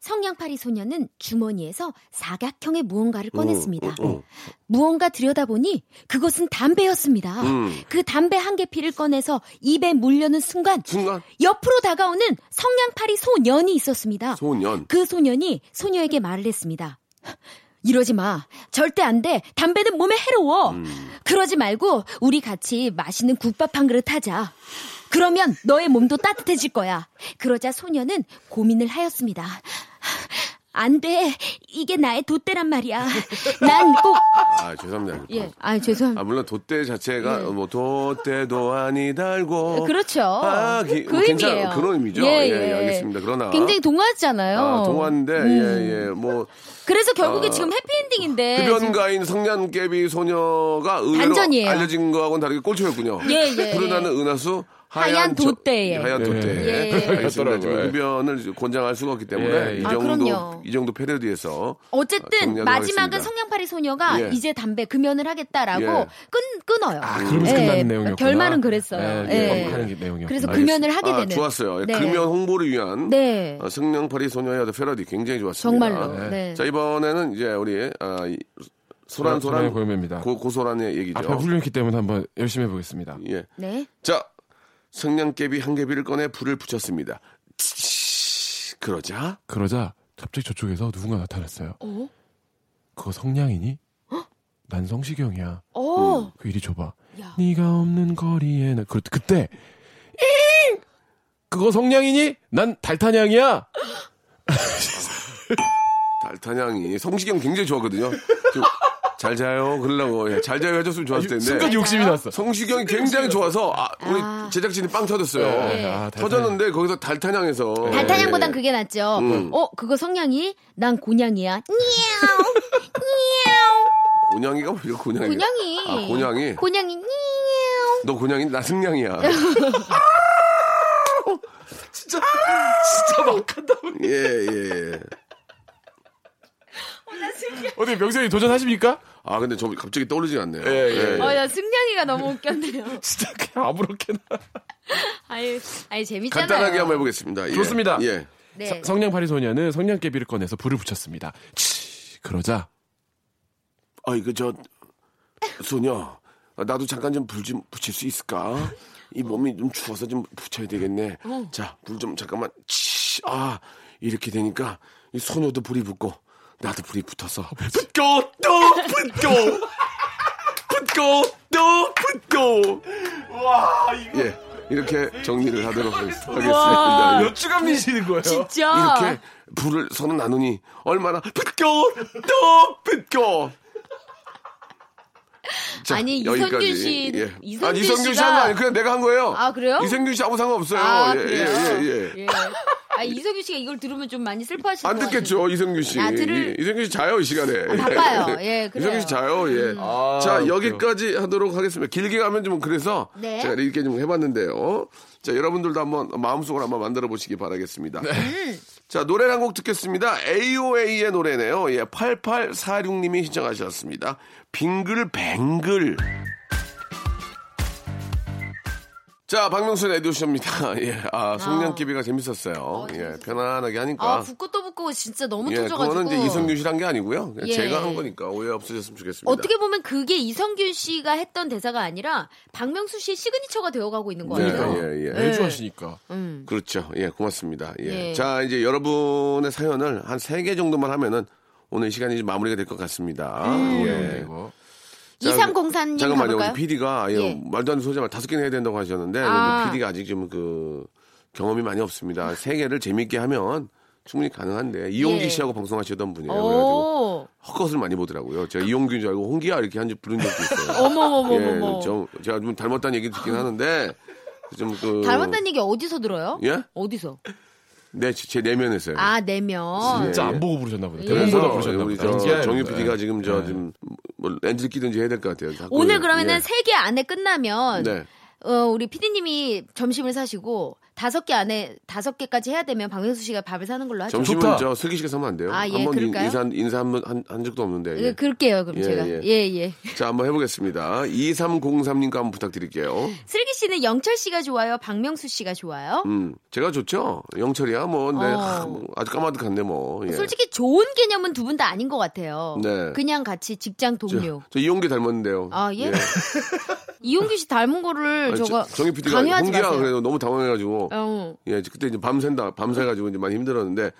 [SPEAKER 4] 성냥팔이 소녀는 주머니에서 사각형의 무언가를
[SPEAKER 3] 어,
[SPEAKER 4] 꺼냈습니다.
[SPEAKER 3] 어, 어.
[SPEAKER 4] 무언가 들여다보니 그것은 담배였습니다.
[SPEAKER 3] 음.
[SPEAKER 4] 그 담배 한 개 피를 꺼내서 입에 물려는 순간
[SPEAKER 3] 순간
[SPEAKER 4] 옆으로 다가오는 성냥팔이 소년이 있었습니다.
[SPEAKER 3] 소년.
[SPEAKER 4] 그 소년이 소녀에게 말을 했습니다. 이러지 마. 절대 안 돼. 담배는 몸에 해로워. 그러지 말고 우리 같이 맛있는 국밥 한 그릇 하자. 그러면 너의 몸도 따뜻해질 거야. 그러자 소녀는 고민을 하였습니다. 안 돼. 이게 나의 돛대란 말이야. 난 꼭.
[SPEAKER 3] 아 죄송합니다.
[SPEAKER 4] 예. 아, 죄송합니다.
[SPEAKER 3] 아 물론 돛대 자체가
[SPEAKER 4] 예.
[SPEAKER 3] 뭐 돛대도 아니 달고.
[SPEAKER 4] 그렇죠.
[SPEAKER 3] 아, 기-
[SPEAKER 4] 그
[SPEAKER 3] 괜찮-
[SPEAKER 4] 의미예요.
[SPEAKER 3] 그런 의미죠. 예, 예, 알겠습니다. 그러나-
[SPEAKER 4] 굉장히 동화잖아요. 음.
[SPEAKER 3] 아, 동화인데 예예 뭐
[SPEAKER 4] 그래서 결국에
[SPEAKER 3] 아,
[SPEAKER 4] 지금 해피엔딩인데. 지금
[SPEAKER 3] 흡연가인 성냥개비 소녀가 의외로
[SPEAKER 4] 네, 반전이에요.
[SPEAKER 3] 알려진 거하고는 다르게 꼴초였군요.
[SPEAKER 4] 예, 예.
[SPEAKER 3] 푸르나는 은하수 하얀,
[SPEAKER 4] 하얀
[SPEAKER 3] 저-
[SPEAKER 4] 돛대에.
[SPEAKER 3] 하얀 돛대에.
[SPEAKER 4] 예.
[SPEAKER 3] 알겠습니다.
[SPEAKER 5] 그렇더라고요.
[SPEAKER 3] 지금 흡연을 권장할 수가 없기 때문에
[SPEAKER 5] 예,
[SPEAKER 3] 이
[SPEAKER 5] 예.
[SPEAKER 4] 아,
[SPEAKER 3] 정도
[SPEAKER 4] 그럼요.
[SPEAKER 3] 이 정도 패러디에서
[SPEAKER 4] 어쨌든
[SPEAKER 3] 아, 정리하도록
[SPEAKER 4] 마지막은
[SPEAKER 3] 하겠습니다.
[SPEAKER 4] 성냥팔이 소녀가
[SPEAKER 3] 예.
[SPEAKER 4] 이제 담배 금연을 하겠다라고
[SPEAKER 3] 예.
[SPEAKER 4] 끊 끊어요.
[SPEAKER 5] 아, 그러면서 끝나는 내용이었구나.
[SPEAKER 4] 결말은 그랬어요.
[SPEAKER 5] 예,
[SPEAKER 4] 예.
[SPEAKER 5] 예. 하는 게 내용이었구나.
[SPEAKER 4] 그래서
[SPEAKER 5] 알겠습니다.
[SPEAKER 4] 금연을 하게
[SPEAKER 3] 아,
[SPEAKER 4] 되는.
[SPEAKER 3] 좋았어요. 예,
[SPEAKER 4] 네.
[SPEAKER 3] 금연 홍보를 위한
[SPEAKER 4] 네.
[SPEAKER 3] 어, 성냥팔이 소녀의 어떤 패러디 굉장히 좋았습니다.
[SPEAKER 4] 정말로. 네.
[SPEAKER 3] 아, 자 이번에는 이제 우리 아, 이
[SPEAKER 5] 소란의
[SPEAKER 3] 소란 소란
[SPEAKER 5] 고요매입니다.
[SPEAKER 3] 고, 고소란의 얘기죠.
[SPEAKER 5] 앞에 아, 훌륭했기 때문에 한번 열심히 해보겠습니다.
[SPEAKER 3] 예.
[SPEAKER 4] 네.
[SPEAKER 3] 자, 성냥개비 한 개비를 꺼내 불을 붙였습니다. 치익. 그러자
[SPEAKER 5] 그러자 갑자기 저쪽에서 누군가 나타났어요.
[SPEAKER 4] 어?
[SPEAKER 5] 그거 성냥이니? 난 성시경이야.
[SPEAKER 4] 어.
[SPEAKER 3] 음.
[SPEAKER 5] 그 이리 줘봐.
[SPEAKER 4] 야.
[SPEAKER 5] 네가 없는 거리에 나 그, 그때 잉! 그거 성냥이니? 난 달탄양이야.
[SPEAKER 3] 달타냥이 성시경 굉장히 좋아하거든요. 좀 잘 자요. 그러려고 예, 잘 자요 해줬으면 좋았을 텐데.
[SPEAKER 5] 순간 욕심이 났어.
[SPEAKER 3] 성시경이 굉장히 좋아서 아, 우리
[SPEAKER 4] 아.
[SPEAKER 3] 제작진이 빵 터졌어요.
[SPEAKER 5] 예. 아, 달타냥.
[SPEAKER 3] 터졌는데 거기서 달타냥에서
[SPEAKER 4] 달타냥보단
[SPEAKER 3] 예.
[SPEAKER 4] 그게 낫죠.
[SPEAKER 3] 음.
[SPEAKER 4] 어, 그거 성냥이? 난 곤양이야. 냐옹. 냐옹.
[SPEAKER 3] 곤양이가 왜 곤양이?
[SPEAKER 4] 곤양이.
[SPEAKER 3] 아, 곤양이.
[SPEAKER 4] 곤양이 냐옹.
[SPEAKER 3] 너 곤양이 나 승냥이야. 진짜 진짜 막한다. 예 예.
[SPEAKER 5] 어디 명세이 도전하십니까?
[SPEAKER 3] 아 근데 저 갑자기 떠오르지 않네요.
[SPEAKER 5] 예, 예.
[SPEAKER 4] 어, 나 승냥이가 너무 웃겼네요.
[SPEAKER 5] 진짜 그냥 아무렇게나.
[SPEAKER 4] 아유, 아유 재밌잖아요.
[SPEAKER 3] 간단하게 한번 해보겠습니다. 예.
[SPEAKER 5] 좋습니다.
[SPEAKER 3] 예.
[SPEAKER 4] 네.
[SPEAKER 5] 서- 성냥팔이 소녀는 성냥개비를 꺼내서 불을 붙였습니다. 치, 그러자
[SPEAKER 3] 아 이거 저 소녀 나도 잠깐 좀 불 좀 붙일 수 있을까? 이 몸이 좀 추워서 좀 붙여야 되겠네. 자, 불 좀 잠깐만. 치. 아, 이렇게 되니까 이 소녀도 불이 붙고 나도 불이 아, 붙어서 붙고 또 붙고 붙고 또 붙고. 와, 이거 예. 이렇게 정리를 하도록 하겠습니다. 예.
[SPEAKER 5] 주간 미시는 거예요?
[SPEAKER 4] 진짜.
[SPEAKER 3] 이렇게 불을 서로 나누니 얼마나 붙고 또 붙고. 자, 예.
[SPEAKER 4] 아니, 이성균 씨, 이성균
[SPEAKER 3] 아니, 이성균
[SPEAKER 4] 씨가-
[SPEAKER 3] 씨한거 아니에요. 그냥 내가 한 거예요.
[SPEAKER 4] 아, 그래요?
[SPEAKER 3] 이성균 씨 아무 상관없어요.
[SPEAKER 4] 아,
[SPEAKER 3] 예,
[SPEAKER 4] 그래요?
[SPEAKER 3] 예, 예, 예.
[SPEAKER 4] 아, 이석규 씨가 이걸 들으면 좀 많이 슬퍼하시는
[SPEAKER 3] 안
[SPEAKER 4] 것
[SPEAKER 3] 듣겠죠, 이성균 씨.
[SPEAKER 4] 아, 들을-
[SPEAKER 3] 이- 이성균 씨 자요, 이 시간에.
[SPEAKER 4] 바빠요. 예, 그래요. 음.
[SPEAKER 3] 이성균 씨 자요, 예.
[SPEAKER 5] 아,
[SPEAKER 3] 자,
[SPEAKER 5] 그래요.
[SPEAKER 3] 여기까지 하도록 하겠습니다. 길게 가면 좀 그래서
[SPEAKER 4] 네.
[SPEAKER 3] 제가 이렇게 좀 해봤는데요. 자, 여러분들도 한번 마음속으로 한번 만들어 보시기 바라겠습니다.
[SPEAKER 5] 네.
[SPEAKER 4] 음.
[SPEAKER 3] 자, 노래 한 곡 듣겠습니다. AOA의 노래네요. 예, 8846님이 신청하셨습니다. 빙글뱅글. 자, 박명수 에디오쇼입니다. 예, 아, 송량기비가 재밌었어요. 예, 편안하게 하니까.
[SPEAKER 4] 아, 붓고 또 붓고 진짜 너무
[SPEAKER 3] 예,
[SPEAKER 4] 어, 터져가지고.
[SPEAKER 3] 그거는 이제 이성균 씨란 게 아니고요. 그냥
[SPEAKER 4] 예.
[SPEAKER 3] 제가 한 거니까 오해 없으셨으면 좋겠습니다.
[SPEAKER 4] 어떻게 보면 그게 이성균 씨가 했던 대사가 아니라 박명수 씨의 시그니처가 되어가고 있는 거
[SPEAKER 3] 네,
[SPEAKER 4] 아니에요?
[SPEAKER 3] 예, 예.
[SPEAKER 5] 매주 하시니까.
[SPEAKER 3] 그렇죠. 예, 고맙습니다. 예.
[SPEAKER 4] 예.
[SPEAKER 3] 자, 이제 여러분의 사연을 한 세 개 정도만 하면은 오늘 이 시간이 이제 마무리가 될 것 같습니다.
[SPEAKER 4] 음.
[SPEAKER 5] 네,
[SPEAKER 3] 예.
[SPEAKER 5] 이거.
[SPEAKER 3] 자,
[SPEAKER 4] 이상공사님
[SPEAKER 3] 잠깐만요.
[SPEAKER 4] 가볼까요?
[SPEAKER 3] 우리 PD가
[SPEAKER 4] 예.
[SPEAKER 3] 말도 안 되는 소리만 다섯 개는 해야 된다고 하셨는데
[SPEAKER 4] 아.
[SPEAKER 3] 우리 PD가 아직 좀 그 경험이 많이 없습니다. 세 개를 재밌게 하면 충분히 가능한데 이용기
[SPEAKER 4] 예.
[SPEAKER 3] 씨하고 방송하시던 분이에요. 그래가지고
[SPEAKER 4] 오. 아.
[SPEAKER 3] 헛것을 많이 보더라고요. 제가 이용규인 줄 알고 홍기야 이렇게 한 줄 부른 적도 있어요.
[SPEAKER 4] 어머, 어머,
[SPEAKER 3] 예,
[SPEAKER 4] 어머, 어머.
[SPEAKER 3] 좀 제가 좀 닮았다는 얘기 듣긴 하는데 좀 그,
[SPEAKER 4] 닮았다는 얘기 어디서 들어요?
[SPEAKER 3] 예?
[SPEAKER 4] 어디서?
[SPEAKER 3] 네, 제- 제 내면에서요.
[SPEAKER 4] 아, 내면.
[SPEAKER 5] 진짜
[SPEAKER 3] 예, 예.
[SPEAKER 5] 안 보고 부르셨나 보다.
[SPEAKER 4] 예.
[SPEAKER 5] 대본 보다 부르셨나
[SPEAKER 3] 우리
[SPEAKER 5] 보다.
[SPEAKER 3] 저
[SPEAKER 5] 진짜.
[SPEAKER 3] 아, 정유 PD가
[SPEAKER 5] 네.
[SPEAKER 3] 지금 저
[SPEAKER 5] 네.
[SPEAKER 3] 지금 뭐 렌즈 끼든지 해야 될 것 같아요. 자꾸
[SPEAKER 4] 오늘
[SPEAKER 3] 예.
[SPEAKER 4] 그러면은 세 개 안에 끝나면
[SPEAKER 3] 네.
[SPEAKER 4] 어, 우리 피디님이 점심을 사시고 다섯 개 안에 다섯 개까지 해야 되면 박명수 씨가 밥을 사는 걸로 하죠.
[SPEAKER 3] 점심은
[SPEAKER 5] 좋다.
[SPEAKER 3] 저 슬기 씨가 사면 안 돼요.
[SPEAKER 4] 아, 예,
[SPEAKER 3] 한번 인-
[SPEAKER 4] 그럴까요?
[SPEAKER 3] 인사 인사 한번 한, 한 적도 없는데. 예.
[SPEAKER 4] 예, 그럴게요, 그럼
[SPEAKER 3] 예,
[SPEAKER 4] 제가.
[SPEAKER 3] 예.
[SPEAKER 4] 예, 예.
[SPEAKER 3] 자, 한번 해보겠습니다. 2303님과 한번 부탁드릴게요.
[SPEAKER 4] 슬기 씨는 영철 씨가 좋아요, 박명수 씨가 좋아요?
[SPEAKER 3] 음, 제가 좋죠. 영철이야, 뭐, 네,
[SPEAKER 4] 어.
[SPEAKER 3] 아, 뭐 아주 까마득한데 뭐. 예.
[SPEAKER 4] 솔직히 좋은 개념은 두 분 다 아닌 것 같아요.
[SPEAKER 3] 네.
[SPEAKER 4] 그냥 같이 직장
[SPEAKER 3] 저,
[SPEAKER 4] 동료.
[SPEAKER 3] 저 이용기 닮았는데요.
[SPEAKER 4] 아, 예? 이용규 씨 닮은 거를
[SPEAKER 3] 아니,
[SPEAKER 4] 저거
[SPEAKER 3] 저- 정희 PD가
[SPEAKER 4] 강요하지
[SPEAKER 3] 홍기야
[SPEAKER 4] 마세요.
[SPEAKER 3] 그래도 너무 당황해가지고
[SPEAKER 4] 어.
[SPEAKER 3] 예 이제 그때 이제 밤샌다 밤새가지고 이제 많이 힘들었는데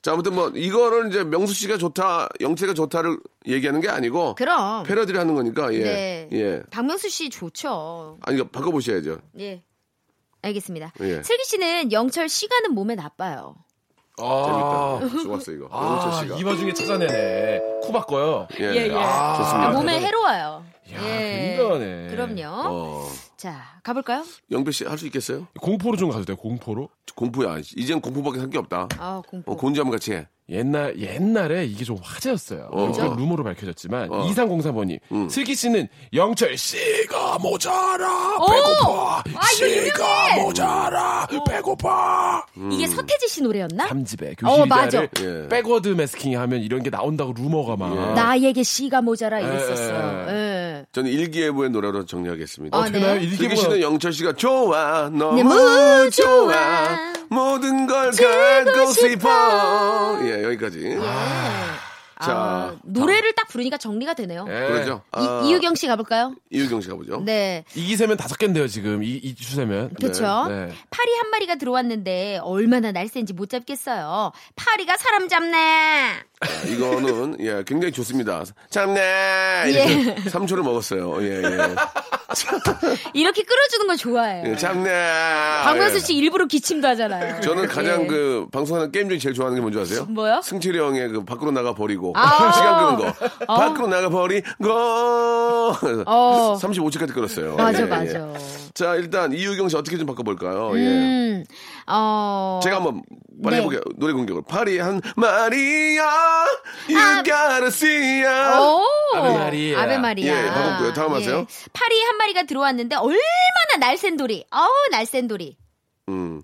[SPEAKER 3] 자 아무튼 뭐 이거를 이제 명수 씨가 좋다 영채가 좋다를 얘기하는 게 아니고
[SPEAKER 4] 그럼.
[SPEAKER 3] 패러디를 하는 거니까 예
[SPEAKER 4] 네.
[SPEAKER 3] 예.
[SPEAKER 4] 박명수 씨 좋죠.
[SPEAKER 3] 아니 이거 바꿔보셔야죠.
[SPEAKER 4] 예. 알겠습니다.
[SPEAKER 3] 예.
[SPEAKER 4] 슬기 씨는 영철 시간은 몸에 나빠요.
[SPEAKER 5] 아,
[SPEAKER 3] 재밌다. 좋았어 이거.
[SPEAKER 5] 아,
[SPEAKER 3] 영철 씨가.
[SPEAKER 5] 이 와중에 찾아내네. 코 바꿔요.
[SPEAKER 3] 예.
[SPEAKER 5] 아,
[SPEAKER 3] 좋습니다.
[SPEAKER 4] 몸에 해로워요. 예.
[SPEAKER 5] 이야, 굉장하네.
[SPEAKER 4] 그럼요.
[SPEAKER 3] 어.
[SPEAKER 4] 자, 가볼까요?
[SPEAKER 3] 영배 씨 할 수 있겠어요?
[SPEAKER 5] 공포로 좀 가도 돼요, 공포로?
[SPEAKER 3] 공포야. 이젠 공포밖에 할 게 없다.
[SPEAKER 4] 아, 공포.
[SPEAKER 3] 어, 곤지 한번 같이 해.
[SPEAKER 5] 옛날 옛날에 이게 좀 화제였어요.
[SPEAKER 3] 어.
[SPEAKER 5] 그러 루머로 밝혀졌지만
[SPEAKER 3] 어.
[SPEAKER 5] 2303번이 슬기 씨는 영철 씨가 모자라
[SPEAKER 4] 오!
[SPEAKER 5] 배고파
[SPEAKER 4] 아, 이거
[SPEAKER 5] 씨가
[SPEAKER 4] 유명해!
[SPEAKER 5] 모자라 배고파
[SPEAKER 4] 이게 서태지 씨 노래였나?
[SPEAKER 5] 삼집에
[SPEAKER 4] 어, 맞아.
[SPEAKER 5] 교실이다를
[SPEAKER 3] 예.
[SPEAKER 5] 백워드 매스킹하면 이런 게 나온다고 루머가 막
[SPEAKER 4] 나에게 씨가 모자라 이랬었어요.
[SPEAKER 5] 예,
[SPEAKER 4] 예.
[SPEAKER 3] 저는 일기예보의 노래로 정리하겠습니다.
[SPEAKER 4] 아,
[SPEAKER 5] 되나요?
[SPEAKER 4] 네.
[SPEAKER 3] 슬기
[SPEAKER 5] 일기보다
[SPEAKER 3] 씨는 영철 씨가 좋아 너무
[SPEAKER 4] 너무
[SPEAKER 3] 좋아
[SPEAKER 4] 뭐 좋아.
[SPEAKER 3] 모든 걸
[SPEAKER 4] 지고
[SPEAKER 3] 갖고 싶어
[SPEAKER 4] 싶어.
[SPEAKER 3] 예 여기까지
[SPEAKER 4] 아,
[SPEAKER 3] 자,
[SPEAKER 4] 노래를 딱 부르니까 정리가 되네요.
[SPEAKER 5] 예.
[SPEAKER 3] 그러죠 아,
[SPEAKER 4] 이, 이유경 씨 가볼까요?
[SPEAKER 3] 이유경 씨가 보죠
[SPEAKER 4] 네.
[SPEAKER 5] 이기세면 다섯 개인데요 지금 이, 이 추세면
[SPEAKER 4] 그쵸?
[SPEAKER 5] 네.
[SPEAKER 4] 파리 한 마리가 들어왔는데 얼마나 날쌘지 못 잡겠어요. 파리가 사람 잡네.
[SPEAKER 3] 자, 아, 이거는 예 굉장히 좋습니다 참네
[SPEAKER 4] 예.
[SPEAKER 3] 이렇게 삼초를 먹었어요 예예
[SPEAKER 4] 이렇게 끌어주는 걸 좋아해요.
[SPEAKER 3] 예, 참네
[SPEAKER 4] 박명수
[SPEAKER 3] 예.
[SPEAKER 4] 씨 일부러 기침도 하잖아요.
[SPEAKER 3] 저는 가장
[SPEAKER 4] 예.
[SPEAKER 3] 그 방송하는 게임 중에 제일 좋아하는 게 뭔지 아세요?
[SPEAKER 4] 뭐요?
[SPEAKER 3] 승철이 형의 그 밖으로 나가 버리고
[SPEAKER 4] 아.
[SPEAKER 3] 시간 끄는 거
[SPEAKER 4] 어.
[SPEAKER 3] 밖으로 나가 버리고
[SPEAKER 4] 어.
[SPEAKER 3] 35초까지 끌었어요.
[SPEAKER 4] 맞아,
[SPEAKER 3] 예, 예.
[SPEAKER 4] 맞아.
[SPEAKER 3] 자 일단 이유경 씨 어떻게 좀 바꿔볼까요? 예.
[SPEAKER 4] 음, 어.
[SPEAKER 3] 제가 한번 빨리
[SPEAKER 4] 네.
[SPEAKER 3] 해볼게요. 노래 공격을 파리 한 마리아
[SPEAKER 4] 아.
[SPEAKER 3] 유가르시아
[SPEAKER 4] 오!
[SPEAKER 5] 아베마리아.
[SPEAKER 4] 아베마리아.
[SPEAKER 3] 예, 바꿨고요. 다음 하세요.
[SPEAKER 4] 파리 한 마리가 들어왔는데 얼마나 날쌘 돌이. 어우, 날쌘 돌이.
[SPEAKER 3] 음,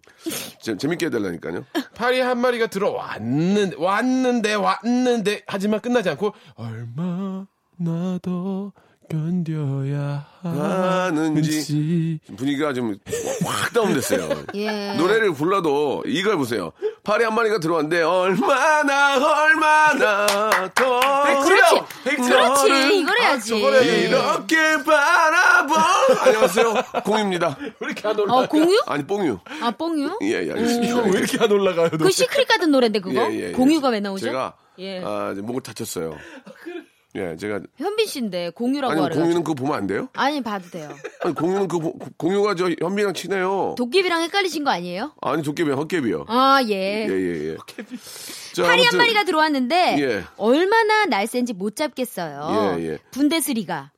[SPEAKER 3] 재- 재밌게 해달라니까요.
[SPEAKER 5] 파리 한 마리가 들어왔는 왔는데 왔는데 하지만 끝나지 않고 얼마나 더 견뎌야 하는지
[SPEAKER 3] 분위기가 좀 확 다운됐어요.
[SPEAKER 4] 예.
[SPEAKER 3] 노래를 불러도 이걸 보세요. 파리 한 마리가 들어왔는데 얼마나 얼마나 더
[SPEAKER 4] 그렇지.
[SPEAKER 3] 너를 아,
[SPEAKER 4] 그렇지. 예. 어, 이걸 해야지.
[SPEAKER 3] 이렇게 바라봐 안녕하세요 공입니다.
[SPEAKER 5] 왜 이렇게 안 올라가?
[SPEAKER 4] 어, 공유?
[SPEAKER 3] 아니 뽕유
[SPEAKER 4] 아, 뽕유?
[SPEAKER 3] 예예 알겠습니다.
[SPEAKER 5] 왜 이렇게 안 올라가요? 너?
[SPEAKER 4] 그 시크릿 가든 노래인데 그거?
[SPEAKER 3] 예, 예, 예.
[SPEAKER 4] 공유가 왜 나오죠?
[SPEAKER 3] 제가
[SPEAKER 4] 예.
[SPEAKER 3] 아, 이제 목을 다쳤어요. 예 제가
[SPEAKER 4] 현빈 씨인데 공유라고
[SPEAKER 3] 아니
[SPEAKER 4] 하래.
[SPEAKER 3] 공유는 그거 보면 안 돼요?
[SPEAKER 4] 아니, 봐도 돼요.
[SPEAKER 3] 아니 공유는 그 보- 공유가 저 현빈이랑 친해요.
[SPEAKER 4] 도깨비랑 헷갈리신 거 아니에요?
[SPEAKER 3] 아니 도깨비 헛개비요.
[SPEAKER 4] 아, 예.
[SPEAKER 3] 예예예. 자,
[SPEAKER 4] 파리 한
[SPEAKER 3] 아무튼
[SPEAKER 4] 마리가 들어왔는데
[SPEAKER 3] 예.
[SPEAKER 4] 얼마나 날쌘지 못 잡겠어요.
[SPEAKER 3] 예, 예.
[SPEAKER 4] 분데스리가.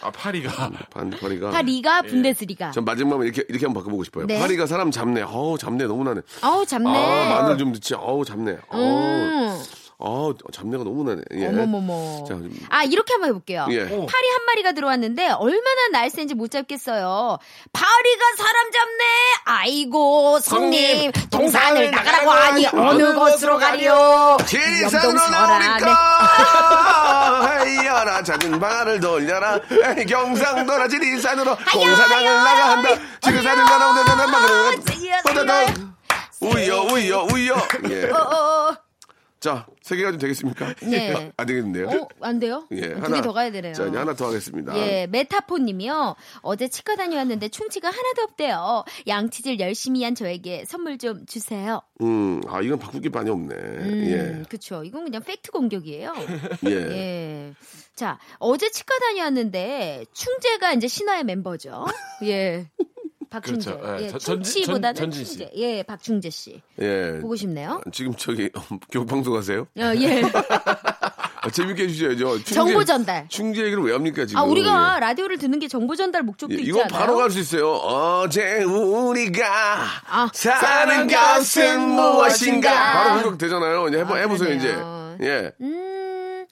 [SPEAKER 5] 아 파리가
[SPEAKER 3] 반 파리가
[SPEAKER 4] 파리가
[SPEAKER 3] 예.
[SPEAKER 4] 분데스리가.
[SPEAKER 3] 전 마지막에 이렇게 이렇게 한번 바꿔보고 싶어요.
[SPEAKER 4] 네.
[SPEAKER 3] 파리가 사람 잡네. 어우 잡네 너무나네.
[SPEAKER 4] 아우 잡네.
[SPEAKER 3] 아 마늘 좀 넣지. 어우 잡네. 어우
[SPEAKER 4] 음.
[SPEAKER 3] 어우, 잡내가 너무나네. 예.
[SPEAKER 4] 어머머머.
[SPEAKER 3] 자, 좀-
[SPEAKER 4] 아 이렇게 한번 해볼게요.
[SPEAKER 3] 예.
[SPEAKER 4] 파리 한 마리가 들어왔는데 얼마나 날쌘지 못 잡겠어요. 파리가 사람 잡네. 아이고
[SPEAKER 5] 예.
[SPEAKER 4] 성님 동산을 나가라고 하니 어느 곳으로 가리요.
[SPEAKER 3] 지리산으로
[SPEAKER 4] 염동설안에. 네.
[SPEAKER 3] 나오니까 헤이어라 작은 방아를 돌려라 에이, 경상도라 지리산으로 공사장을
[SPEAKER 4] 하여,
[SPEAKER 3] 나가한다 지리산을 나오는데 난 막으로
[SPEAKER 4] 아, 지리산을
[SPEAKER 3] 보다다 우여 우여 우여 예.
[SPEAKER 4] 네. 어, 어, 어.
[SPEAKER 3] 자세 개가 좀 되겠습니까?
[SPEAKER 4] 네.
[SPEAKER 3] 안 되겠는데요?
[SPEAKER 4] 어, 안 돼요?
[SPEAKER 3] 예,
[SPEAKER 4] 두 개 더 가야 되네요.
[SPEAKER 3] 자, 이제 하나 더 하겠습니다.
[SPEAKER 4] 예, 메타포님이요. 어제 치과 다녀왔는데 충치가 하나도 없대요. 양치질 열심히 한 저에게 선물 좀 주세요.
[SPEAKER 3] 음, 아, 이건 바꿀 게 많이 없네.
[SPEAKER 4] 음, 그쵸. 이건 그냥 팩트 공격이에요.
[SPEAKER 3] 예. 예.
[SPEAKER 4] 예. 자, 어제 치과 다녀왔는데 충재가 이제 신화의 멤버죠. 예. 박충재.
[SPEAKER 5] 그렇죠. 예,
[SPEAKER 4] 예,
[SPEAKER 5] 전- 전-
[SPEAKER 4] 충치보다는
[SPEAKER 5] 전- 전진 씨.
[SPEAKER 4] 충재. 예, 박충재 씨.
[SPEAKER 3] 예.
[SPEAKER 4] 보고 싶네요.
[SPEAKER 3] 지금 저기 교육방송 하세요?
[SPEAKER 4] 어, 예.
[SPEAKER 3] 아, 재밌게 해주셔야죠. 충재-
[SPEAKER 4] 정보 전달.
[SPEAKER 3] 충재 얘기를 왜 합니까 지금?
[SPEAKER 4] 아,
[SPEAKER 5] 예.
[SPEAKER 4] 우리가 라디오를 듣는 게 정보 전달 목적도
[SPEAKER 3] 예.
[SPEAKER 4] 있지
[SPEAKER 3] 이거
[SPEAKER 4] 않아요?
[SPEAKER 3] 바로 갈 수 있어요. 어제 우리가
[SPEAKER 4] 아,
[SPEAKER 3] 사는
[SPEAKER 4] 사는
[SPEAKER 3] 것은
[SPEAKER 4] 것은
[SPEAKER 3] 무엇인가?
[SPEAKER 4] 무엇인가?
[SPEAKER 3] 바로 공격 되잖아요. 이제 해보,
[SPEAKER 4] 아,
[SPEAKER 3] 해보세요 이제.
[SPEAKER 4] 그러네요.
[SPEAKER 3] 예.
[SPEAKER 4] 음,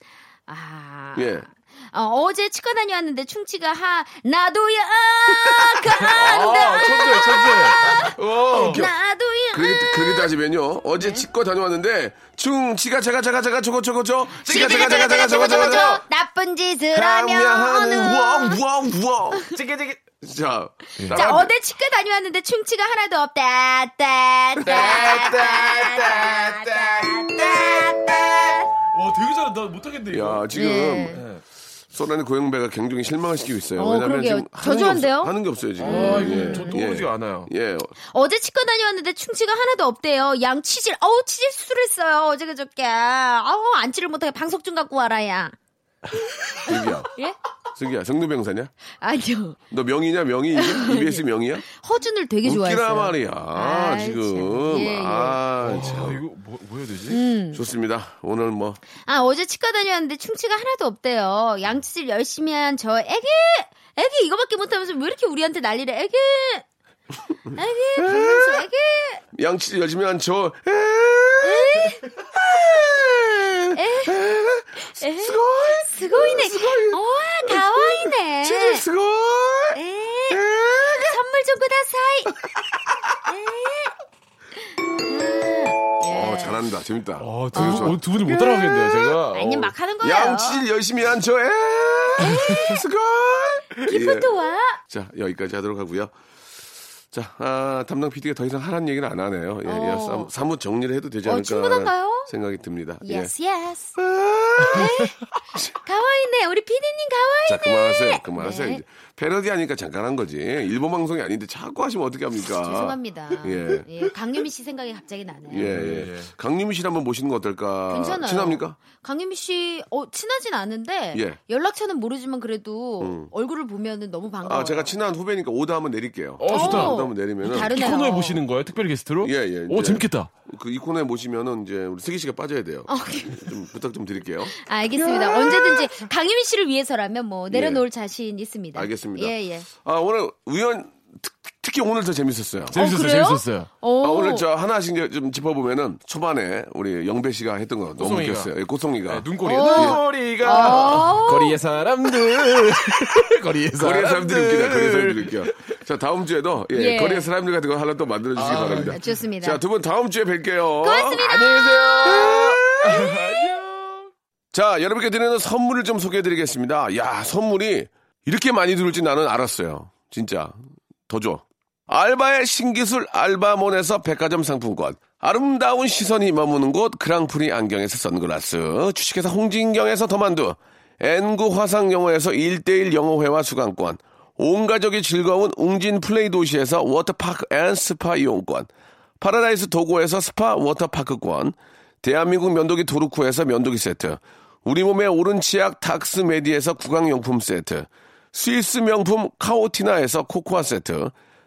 [SPEAKER 4] 아.
[SPEAKER 3] 예.
[SPEAKER 4] 어, 제 치과 다녀왔는데 충치가 하, 나도야, 그 간다.
[SPEAKER 5] 아, 천재, 천재. 어. 오.
[SPEAKER 4] 나도야.
[SPEAKER 3] 그게 그게
[SPEAKER 4] 음.
[SPEAKER 3] 따지면요.
[SPEAKER 4] 네.
[SPEAKER 3] 어제 치과 다녀왔는데 충치가 제가 제가 제가 저거 저거 저 치가 제가 제가 제가 저거 저거 저
[SPEAKER 4] 나쁜 짓을 하면.
[SPEAKER 3] 하면은 우엉우엉우엉 자,
[SPEAKER 4] 자,
[SPEAKER 3] 따라가-
[SPEAKER 4] 어제 치과 다녀왔는데 충치가 하나도 없다. 따, 따, 따, 따, 따, 따.
[SPEAKER 5] 와, 되게 잘한다. 못하겠네.
[SPEAKER 3] 야 지금
[SPEAKER 4] 예.
[SPEAKER 3] 소란의 고영배가 굉장히 실망을 시키고 있어요.
[SPEAKER 4] 어,
[SPEAKER 3] 왜냐면
[SPEAKER 4] 그러게요.
[SPEAKER 3] 지금 하는 게,
[SPEAKER 4] 저조한데요?
[SPEAKER 3] 없, 하는 게 없어요 지금.
[SPEAKER 5] 아, 이거 저 떠오르지가 않아요.
[SPEAKER 3] 예,
[SPEAKER 4] 어제 치과 다녀왔는데 충치가 하나도 없대요. 양 치질, 어우, 치질 수술했어요. 어제 그저께. 아우, 안치를 못하게 방석 좀 갖고 와라, 야.
[SPEAKER 3] 슬기야,
[SPEAKER 4] 예?
[SPEAKER 3] 슬기야, 정도병사냐?
[SPEAKER 4] 아니요.
[SPEAKER 3] 너 명의냐 명의? 이게? EBS 명의야?
[SPEAKER 4] 허준을 되게
[SPEAKER 3] 웃기라
[SPEAKER 4] 예, 좋아했어요.
[SPEAKER 3] 말이야
[SPEAKER 4] 아이,
[SPEAKER 3] 지금.
[SPEAKER 4] 참. 예, 예.
[SPEAKER 3] 아, 참.
[SPEAKER 5] 이거 뭐, 뭐 해야 되지?
[SPEAKER 4] 음.
[SPEAKER 3] 좋습니다. 오늘 뭐
[SPEAKER 4] 아, 어제 치과 다녀왔는데 충치가 하나도 없대요. 양치질 열심히 한 저 애기! 애기 이거밖에 못하면서 왜 이렇게 우리한테 난리를 애기! 애기! 박명수 애기!
[SPEAKER 3] 양치 열심히 한 저.
[SPEAKER 4] 에이, 스고이네. 우와, 가와이네.
[SPEAKER 3] 치즈 스걸.
[SPEAKER 4] 에이, 선물 좀 구다사이.
[SPEAKER 3] 어, 잘한다. 재밌다.
[SPEAKER 5] 아, 두, 어, 두 분이 못 따라가겠네요, 제가.
[SPEAKER 4] 아니, 막 하는 거예요.
[SPEAKER 3] 양치질 열심히 한 저. 스걸. 예.
[SPEAKER 4] 또 와.
[SPEAKER 3] 자, 여기까지 하도록 하고요. 자, 아, 담당 PD가 더 이상 하라는 얘기는 안 하네요. 예, 예,
[SPEAKER 4] 어.
[SPEAKER 3] 사무- 사뭇 정리를 해도 되지
[SPEAKER 4] 어,
[SPEAKER 3] 않을까
[SPEAKER 4] 충분한가요?
[SPEAKER 3] 생각이 듭니다. 예.
[SPEAKER 4] 예스, 예스. 가와이네. 우리 피디님 가와이.
[SPEAKER 3] 자, 그만하세요. 그만하세요.
[SPEAKER 4] 네.
[SPEAKER 3] 이제 패러디 하니까 잠깐 한 거지. 일본 방송이 아닌데 자꾸 하시면 어떻게 합니까?
[SPEAKER 4] 죄송합니다.
[SPEAKER 3] 예.
[SPEAKER 4] 예. 강유미 씨 생각이 갑자기 나네요.
[SPEAKER 3] 예, 예. 강유미 씨를 한번 모시는 거 어떨까?
[SPEAKER 4] 괜찮아요.
[SPEAKER 3] 친합니까?
[SPEAKER 4] 강유미 씨, 어, 친하진 않은데,
[SPEAKER 3] 예. 음.
[SPEAKER 4] 연락처는 모르지만 그래도 얼굴을 보면은 너무 반가워요.
[SPEAKER 3] 아, 제가 친한 후배니까 오다 한번 내릴게요.
[SPEAKER 5] 어, 좋다.
[SPEAKER 4] 오.
[SPEAKER 3] 오다 한번 내리면은
[SPEAKER 5] 이
[SPEAKER 4] 어. 다르네요.
[SPEAKER 5] 코너에 모시는 거예요? 특별 게스트로?
[SPEAKER 3] 예, 예,
[SPEAKER 5] 오,
[SPEAKER 3] 이제.
[SPEAKER 5] 재밌겠다.
[SPEAKER 3] 그 이 코너에 모시면은 이제 우리 슬기 씨가 빠져야 돼요. 좀 부탁 좀 드릴게요.
[SPEAKER 4] 어, 알겠습니다. 언제든지 강유미 씨를 위해서라면 뭐 내려놓을 자신 있습니다.
[SPEAKER 3] 예. 알겠습니다.
[SPEAKER 4] 예, 예.
[SPEAKER 3] 아, 오늘 우연 특, 특히 오늘 더 재밌었어요.
[SPEAKER 5] 재밌었어요,
[SPEAKER 4] 그래요?
[SPEAKER 5] 재밌었어요.
[SPEAKER 4] 오.
[SPEAKER 3] 아, 오늘 저 하나씩 이제 좀 짚어보면은 초반에 우리 영배 씨가 했던 거 너무
[SPEAKER 5] 꼬송이가. 네,
[SPEAKER 3] 웃겼어요. 예, 꼬송이가.
[SPEAKER 5] 아, 눈꼬리.
[SPEAKER 4] 아. 어.
[SPEAKER 5] 눈꼬리가. 거리의 사람들. 거리의 사람들.
[SPEAKER 3] 거리의 사람들이 웃기다. 거리의 사람들이 웃겨. 자, 다음 주에도 예,
[SPEAKER 4] 예.
[SPEAKER 3] 거리의 사람들 같은 거 하나 또 만들어주시기
[SPEAKER 5] 아,
[SPEAKER 3] 바랍니다.
[SPEAKER 4] 좋습니다.
[SPEAKER 3] 자, 두 분 다음 주에 뵐게요.
[SPEAKER 4] 고맙습니다.
[SPEAKER 3] 자, 여러분께 드리는 선물을 좀 소개해드리겠습니다. 야, 선물이 이렇게 많이 들을지 나는 알았어요. 진짜. 더 줘. 알바의 신기술 알바몬에서 백화점 상품권. 아름다운 시선이 머무는 곳 그랑프리 안경에서 선글라스. 주식회사 홍진경에서 더만두. N구 화상영어에서 1대1 영어회화 수강권. 온 가족이 즐거운 웅진 플레이 도시에서 워터파크 앤 스파 이용권. 파라다이스 도고에서 스파 워터파크권, 대한민국 면도기 도루코에서 면도기 세트, 우리 몸의 오른 치약 닥스메디에서 구강용품 세트, 스위스 명품 카오티나에서 코코아 세트,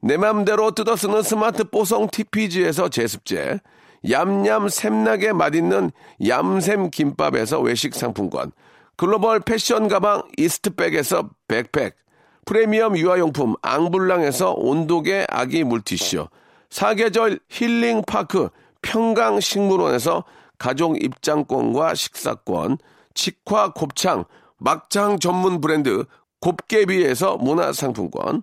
[SPEAKER 3] 내 맘대로 뜯어 쓰는 스마트 뽀송 TPG에서 제습제, 얌얌 샘나게 맛있는 얌샘 김밥에서 외식 상품권, 글로벌 패션 가방 이스트백에서 백팩, 프리미엄 유아용품 앙블랑에서 온도계 아기 물티슈, 사계절 힐링파크 평강식물원에서 가족 입장권과 식사권, 직화 곱창, 막창 전문 브랜드 곱개비에서 문화상품권,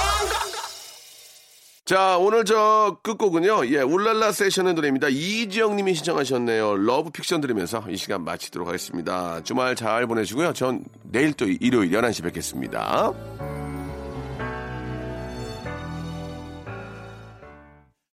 [SPEAKER 3] 자, 오늘 저 끝곡은요. 예, 울랄라 세션의 노래입니다. 이지영 님이 신청하셨네요. 러브 픽션 들으면서 이 시간 마치도록 하겠습니다. 주말 잘 보내시고요. 전 내일 또 일요일 11시 뵙겠습니다.